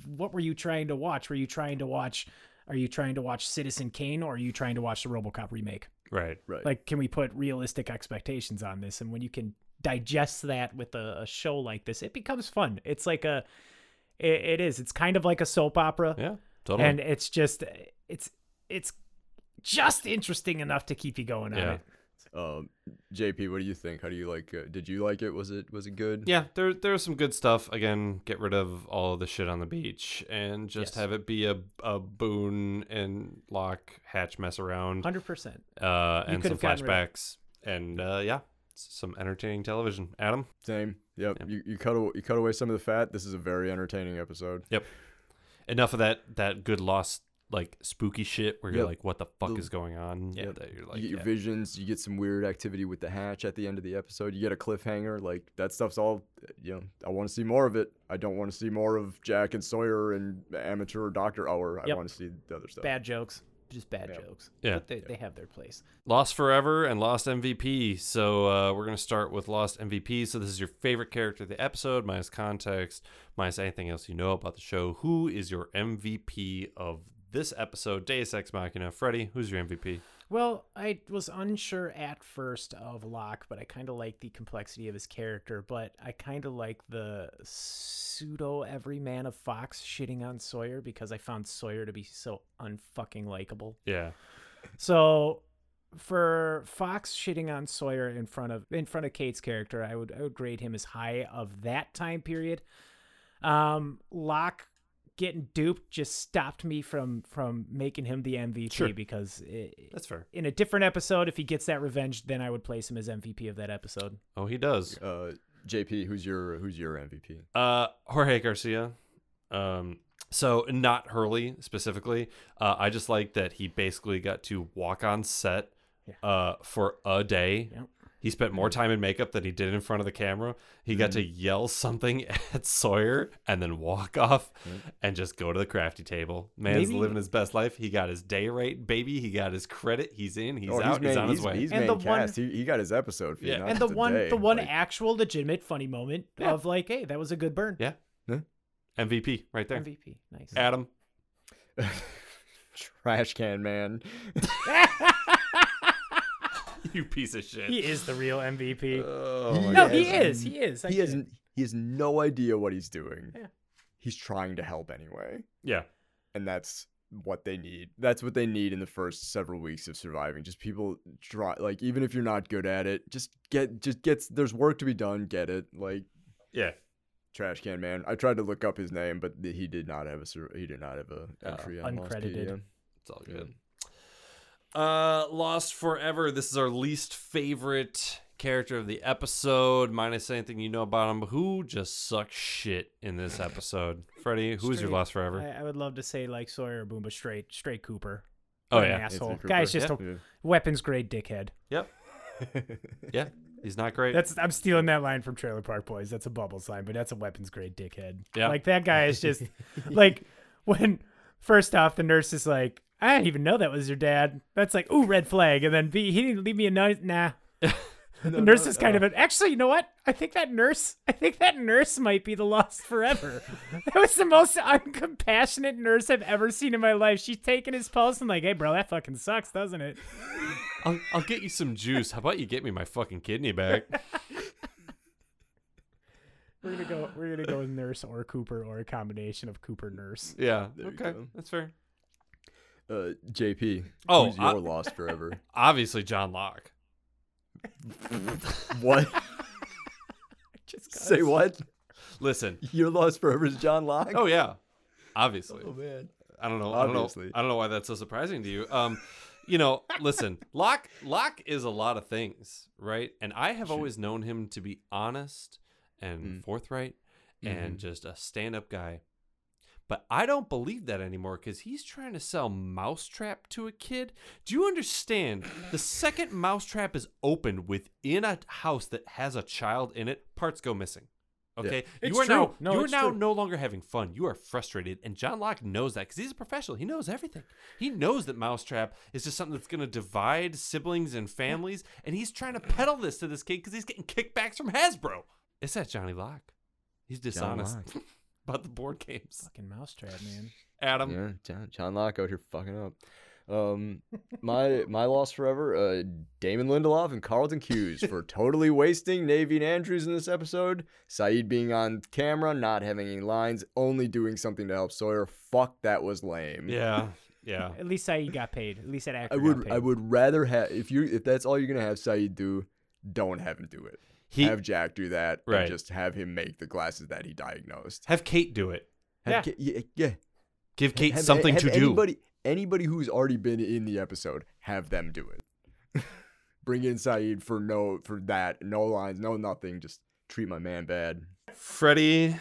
[SPEAKER 3] what were you trying to watch? Were you trying to watch? Are you trying to watch Citizen Kane or are you trying to watch the RoboCop remake?
[SPEAKER 1] Right.
[SPEAKER 2] right
[SPEAKER 3] like can we put realistic expectations on this and when you can digest that with a, a show like this it becomes fun it's like a it, it is it's kind of like a soap opera
[SPEAKER 1] Yeah. Totally.
[SPEAKER 3] and it's just it's it's just interesting enough to keep you going on
[SPEAKER 1] Yeah.
[SPEAKER 3] it
[SPEAKER 2] um JP what do you think how do you like uh, did you like it was it was it good
[SPEAKER 1] yeah. There there's some good stuff. Again, get rid of all the shit on the beach and just
[SPEAKER 3] Yes.
[SPEAKER 1] have it be a a Boone and Lock hatch mess around.
[SPEAKER 3] 100%
[SPEAKER 1] uh,
[SPEAKER 3] You
[SPEAKER 1] and some
[SPEAKER 3] could've gotten rid
[SPEAKER 1] flashbacks, and uh, yeah, s- some entertaining television. Adam,
[SPEAKER 2] same yep, You, you cut aw- you cut away some of the fat this is a very entertaining episode
[SPEAKER 1] enough of that that good lost like spooky shit where you're
[SPEAKER 2] Yep.
[SPEAKER 1] like, what the fuck
[SPEAKER 2] The-
[SPEAKER 1] is going on?
[SPEAKER 2] Yep.
[SPEAKER 1] That you're like,
[SPEAKER 2] you get your
[SPEAKER 1] yeah.
[SPEAKER 2] visions. You get some weird activity with the hatch at the end of the episode. You get a cliffhanger. Like that stuff's all. You know, I want to see more of it. I don't want to see more of Jack and Sawyer and Amateur Doctor Hour. I
[SPEAKER 3] Yep.
[SPEAKER 2] want to see the other stuff.
[SPEAKER 3] Bad jokes, just bad
[SPEAKER 2] Yeah.
[SPEAKER 3] jokes.
[SPEAKER 1] Yeah.
[SPEAKER 3] But they, they have their place.
[SPEAKER 1] Lost Forever and Lost MVP. So uh, we're going to start with Lost MVP. So this is your favorite character of the episode, minus context, minus anything else you know about the show. Who is your MVP of this episode? Deus Ex Machina. Freddy, who's your MVP?
[SPEAKER 3] Well, I was unsure at first of Locke, but I kind of like the complexity of his character. But I kind of like the pseudo everyman of Fox shitting on Sawyer because I found Sawyer to be so unfucking likable.
[SPEAKER 1] Yeah.
[SPEAKER 3] So for Fox shitting on Sawyer in front of in front of Kate's character, I would I would grade him as high of that time period. Um Locke getting duped just stopped me from from making him the MVP
[SPEAKER 1] Sure.
[SPEAKER 3] because it,
[SPEAKER 1] That's fair.
[SPEAKER 3] in a different episode, if he gets that revenge, then I would place him as MVP of that episode.
[SPEAKER 1] Oh, he does.
[SPEAKER 2] Uh, JP, who's your who's your MVP?
[SPEAKER 1] Uh, Jorge Garcia. Um, so not Hurley specifically. Uh, I just like that he basically got to walk on set
[SPEAKER 3] Yeah.
[SPEAKER 1] uh, for a day.
[SPEAKER 3] Yep.
[SPEAKER 1] He spent more time in makeup than he did in front of the camera. He got to yell something at Sawyer and then walk off and just go to the crafty table. Man's
[SPEAKER 3] Maybe-
[SPEAKER 1] living his best life. He got his day rate, baby. He got his credit. He's in. He's
[SPEAKER 2] Oh,
[SPEAKER 1] out. He's,
[SPEAKER 2] main-
[SPEAKER 1] on his way.
[SPEAKER 2] He's
[SPEAKER 3] And
[SPEAKER 2] main
[SPEAKER 3] the one-
[SPEAKER 2] cast. he, he got his episode.
[SPEAKER 1] Yeah.
[SPEAKER 2] Yeah.
[SPEAKER 1] Not
[SPEAKER 3] and the one the one
[SPEAKER 2] Like,
[SPEAKER 3] actual legitimate funny moment
[SPEAKER 1] Yeah.
[SPEAKER 3] of like, hey, that was a good burn.
[SPEAKER 1] Yeah. MVP right there.
[SPEAKER 3] MVP. Nice.
[SPEAKER 1] Adam.
[SPEAKER 2] trash can man.
[SPEAKER 1] You piece of shit.
[SPEAKER 3] he is the real MVP.
[SPEAKER 1] Oh my
[SPEAKER 3] no,
[SPEAKER 1] God.
[SPEAKER 3] he is. He is. I
[SPEAKER 2] He
[SPEAKER 3] get
[SPEAKER 2] has
[SPEAKER 3] it.
[SPEAKER 2] n- he has no idea what he's doing.
[SPEAKER 3] Yeah.
[SPEAKER 2] He's trying to help anyway,
[SPEAKER 1] Yeah.
[SPEAKER 2] and that's what they need. That's what they need in the first several weeks of surviving. Just people try like even if you're not good at it, just get just gets there's work to be done, get it. Like
[SPEAKER 1] Yeah.
[SPEAKER 2] trash can man. I tried to look up his name, but th- he did not have a sur- he did not have a
[SPEAKER 1] Uh,
[SPEAKER 2] entry on um,
[SPEAKER 3] uncredited.
[SPEAKER 2] Lostpedia.
[SPEAKER 1] It's all
[SPEAKER 2] Yeah.
[SPEAKER 1] good. Uh, Lost Forever. This is our least favorite character of the episode, minus anything you know about him. Who just sucks shit in this episode? Freddie, who's your
[SPEAKER 3] Straight-
[SPEAKER 1] Lost Forever?
[SPEAKER 3] I, I would love to say like Sawyer or Boom, but straight straight Cooper.
[SPEAKER 1] oh
[SPEAKER 3] What an
[SPEAKER 1] yeah,
[SPEAKER 3] asshole.
[SPEAKER 2] Anthony
[SPEAKER 3] Guy's
[SPEAKER 2] Cooper.
[SPEAKER 3] just a weapons grade dickhead.
[SPEAKER 1] yep, yeah. He's not great.
[SPEAKER 3] That's I'm stealing that line from Trailer Park Boys. That's a Bubbles line, but that's a weapons grade dickhead.
[SPEAKER 1] Yeah.
[SPEAKER 3] Like that guy is just like when first off the nurse is like, I didn't even know that was your dad. That's like, ooh, red flag. And then B, he didn't leave me a note. Nah. the nurse is
[SPEAKER 2] uh,
[SPEAKER 3] kind of an actually, you know what? I think that nurse I think that nurse might be the lost forever. that was the most uncompassionate nurse I've ever seen in my life. She's taking his pulse and like, hey bro, that fucking sucks, doesn't it?
[SPEAKER 1] I'll, I'll get you some juice. How about you get me my fucking kidney back?
[SPEAKER 3] We're gonna go we're gonna go with nurse or Cooper or a combination of Cooper nurse.
[SPEAKER 1] Yeah.
[SPEAKER 2] There you
[SPEAKER 1] okay,
[SPEAKER 2] go.
[SPEAKER 1] that's fair.
[SPEAKER 2] Uh, JP.
[SPEAKER 1] Oh,
[SPEAKER 2] who's
[SPEAKER 1] I-
[SPEAKER 2] your lost forever?
[SPEAKER 1] Obviously, John Locke.
[SPEAKER 2] what?
[SPEAKER 3] Just got
[SPEAKER 2] Say what?
[SPEAKER 1] Listen.
[SPEAKER 2] Your lost forever is John Locke. Oh,
[SPEAKER 1] Oh yeah. Obviously.
[SPEAKER 2] man.
[SPEAKER 1] I don't know. I don't
[SPEAKER 2] Obviously.
[SPEAKER 1] know. I don't know why that's so surprising to you. Um, you know, listen, Locke. Locke is a lot of things, right? And I have always known him to be honest and forthright and just a stand-up guy. But I don't believe that anymore because he's trying to sell Mousetrap to a kid. Do you understand? The second Mousetrap is opened within a house that has a child in it, parts go missing. Okay,
[SPEAKER 3] It's
[SPEAKER 1] you are
[SPEAKER 3] true.
[SPEAKER 1] now
[SPEAKER 3] No,
[SPEAKER 1] you are
[SPEAKER 3] it's
[SPEAKER 1] now
[SPEAKER 3] true.
[SPEAKER 1] no longer having fun. You are frustrated, and John Locke knows that because he's a professional. He knows everything. He knows that Mousetrap is just something that's going to divide siblings and families, and he's trying to peddle this to this kid because he's getting kickbacks from Hasbro. It's that Johnny Locke. He's dishonest
[SPEAKER 2] Locke.
[SPEAKER 1] about the board games.
[SPEAKER 3] Fucking mousetrap, man.
[SPEAKER 1] Adam,
[SPEAKER 2] yeah, John, John Locke out here fucking up. Um, my my loss forever. Uh, Damon Lindelof and Carlton Hughes for totally wasting Navy and Andrews in this episode. Saeed being on camera, not having any lines, only doing something to help Sawyer. Fuck, that was lame.
[SPEAKER 1] yeah, yeah,
[SPEAKER 3] At least I got paid. At least that actor
[SPEAKER 2] I
[SPEAKER 3] got
[SPEAKER 2] would
[SPEAKER 3] paid.
[SPEAKER 2] I would rather have if you if that's all you're gonna have Saeed do, don't have him do it.
[SPEAKER 1] He-
[SPEAKER 2] have Jack do that. and
[SPEAKER 1] Right.
[SPEAKER 2] just have him make the glasses that he diagnosed.
[SPEAKER 1] have Kate do it.
[SPEAKER 2] Have Ki- yeah, yeah.
[SPEAKER 1] Give Kate
[SPEAKER 2] Have-
[SPEAKER 1] something
[SPEAKER 2] have
[SPEAKER 1] to do.
[SPEAKER 2] anybody, Anybody who's already been in the episode, have them do it. Bring in Saeed for no for that, no lines, no nothing. Just treat my man bad.
[SPEAKER 1] Freddie,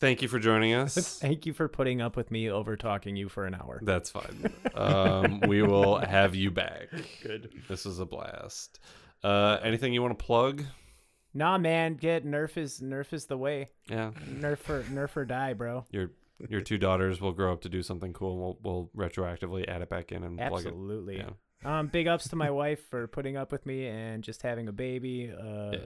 [SPEAKER 1] Thank you for joining us.
[SPEAKER 3] Thank you for putting up with me over talking you for an hour.
[SPEAKER 1] That's fine. Um, we will have you back.
[SPEAKER 3] Good.
[SPEAKER 1] This was a blast. Uh, anything you want to plug?
[SPEAKER 3] Nah, man, get nerf is nerf is the way.
[SPEAKER 1] Yeah,
[SPEAKER 3] Nerf or nerf or die, bro.
[SPEAKER 1] your your two daughters will grow up to do something cool, and we'll, we'll retroactively add it back in and plug
[SPEAKER 3] Absolutely.
[SPEAKER 1] it. Yeah.
[SPEAKER 3] Um, big ups to my wife for putting up with me and just having a baby. Uh,
[SPEAKER 1] Yeah.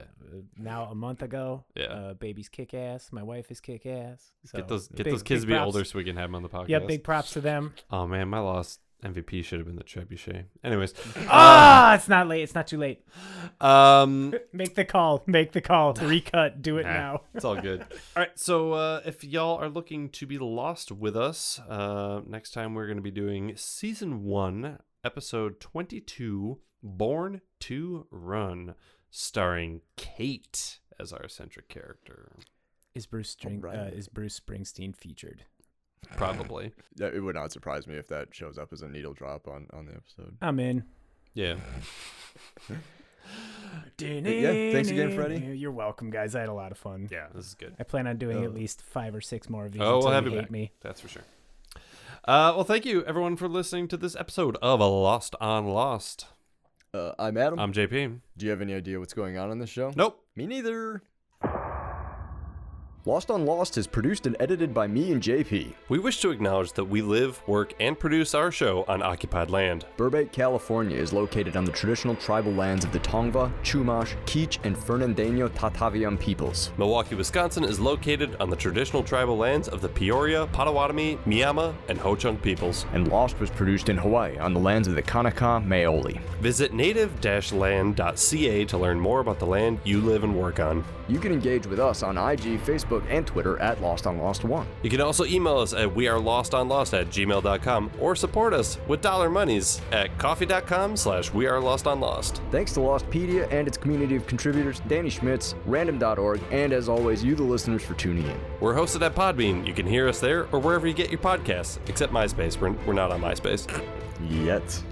[SPEAKER 3] now a month ago.
[SPEAKER 1] Yeah.
[SPEAKER 3] Uh, baby's kick ass. My wife is kick ass. So
[SPEAKER 1] get those get
[SPEAKER 3] big-
[SPEAKER 1] those kids to
[SPEAKER 3] big
[SPEAKER 1] be
[SPEAKER 3] props.
[SPEAKER 1] older so we can have them on the podcast.
[SPEAKER 3] Yeah, big props to them.
[SPEAKER 1] Oh man, my lost MVP should have been the trebuchet. Anyways,
[SPEAKER 3] Ah, it's not late. It's not too late.
[SPEAKER 1] um,
[SPEAKER 3] Make the call. Make the call. Recut. Do it
[SPEAKER 1] Nah,
[SPEAKER 3] now.
[SPEAKER 1] It's all good. all right. So uh, if y'all are looking to be lost with us, uh, next time we're going to be doing season one, episode 22, Born to Run, starring Kate as our eccentric character.
[SPEAKER 3] Is Bruce String, uh,
[SPEAKER 2] Alright.
[SPEAKER 3] is Bruce Springsteen featured?
[SPEAKER 1] Probably.
[SPEAKER 2] Yeah, it would not surprise me if that shows up as a needle drop on, on the episode.
[SPEAKER 3] I'm in.
[SPEAKER 1] Yeah.
[SPEAKER 2] yeah, thanks again, Freddie.
[SPEAKER 3] You're welcome, guys. I had a lot of fun.
[SPEAKER 1] Yeah. This is good.
[SPEAKER 3] I plan on doing
[SPEAKER 2] Uh,
[SPEAKER 3] at least five or six more of these.
[SPEAKER 1] Oh,
[SPEAKER 3] until
[SPEAKER 1] we'll have
[SPEAKER 3] you
[SPEAKER 1] you
[SPEAKER 3] hate
[SPEAKER 1] back.
[SPEAKER 3] me.
[SPEAKER 1] That's for sure. Uh, well, thank you everyone for listening to this episode of Lost on Lost.
[SPEAKER 2] Uh, I'm Adam.
[SPEAKER 1] I'm JP.
[SPEAKER 2] Do you have any idea what's going on on this show?
[SPEAKER 1] Um, Nope.
[SPEAKER 2] Me neither. Lost on Lost is produced and edited by me and JP,
[SPEAKER 1] We wish to acknowledge that we live, work, and produce our show on occupied land.
[SPEAKER 2] Burbank, California is located on the traditional tribal lands of the Tongva, Chumash, Keech, and Fernandeño Tataviam peoples.
[SPEAKER 1] Milwaukee, Wisconsin is located on the traditional tribal lands of the Peoria, Potawatomi, Miama, and Ho Chunk peoples.
[SPEAKER 2] And Lost was produced in Hawaii on the lands of the Kanaka Maoli.
[SPEAKER 1] Visit native land.ca to learn more about the land you live and work on.
[SPEAKER 2] You can engage with us on IG, Facebook, and Twitter at Lost on Lost One.
[SPEAKER 1] You can also email us at wearelostonlost at gmail.com or support us with dollar monies at coffee.com slash wearelostonlost.
[SPEAKER 2] Thanks to Lostpedia and its community of contributors, Danny Schmitz, Random.org, and as always, you the listeners for tuning in.
[SPEAKER 1] We're hosted at Podbean. You can hear us there or wherever you get your podcasts, except MySpace. We're, we're not on MySpace.
[SPEAKER 2] Yet.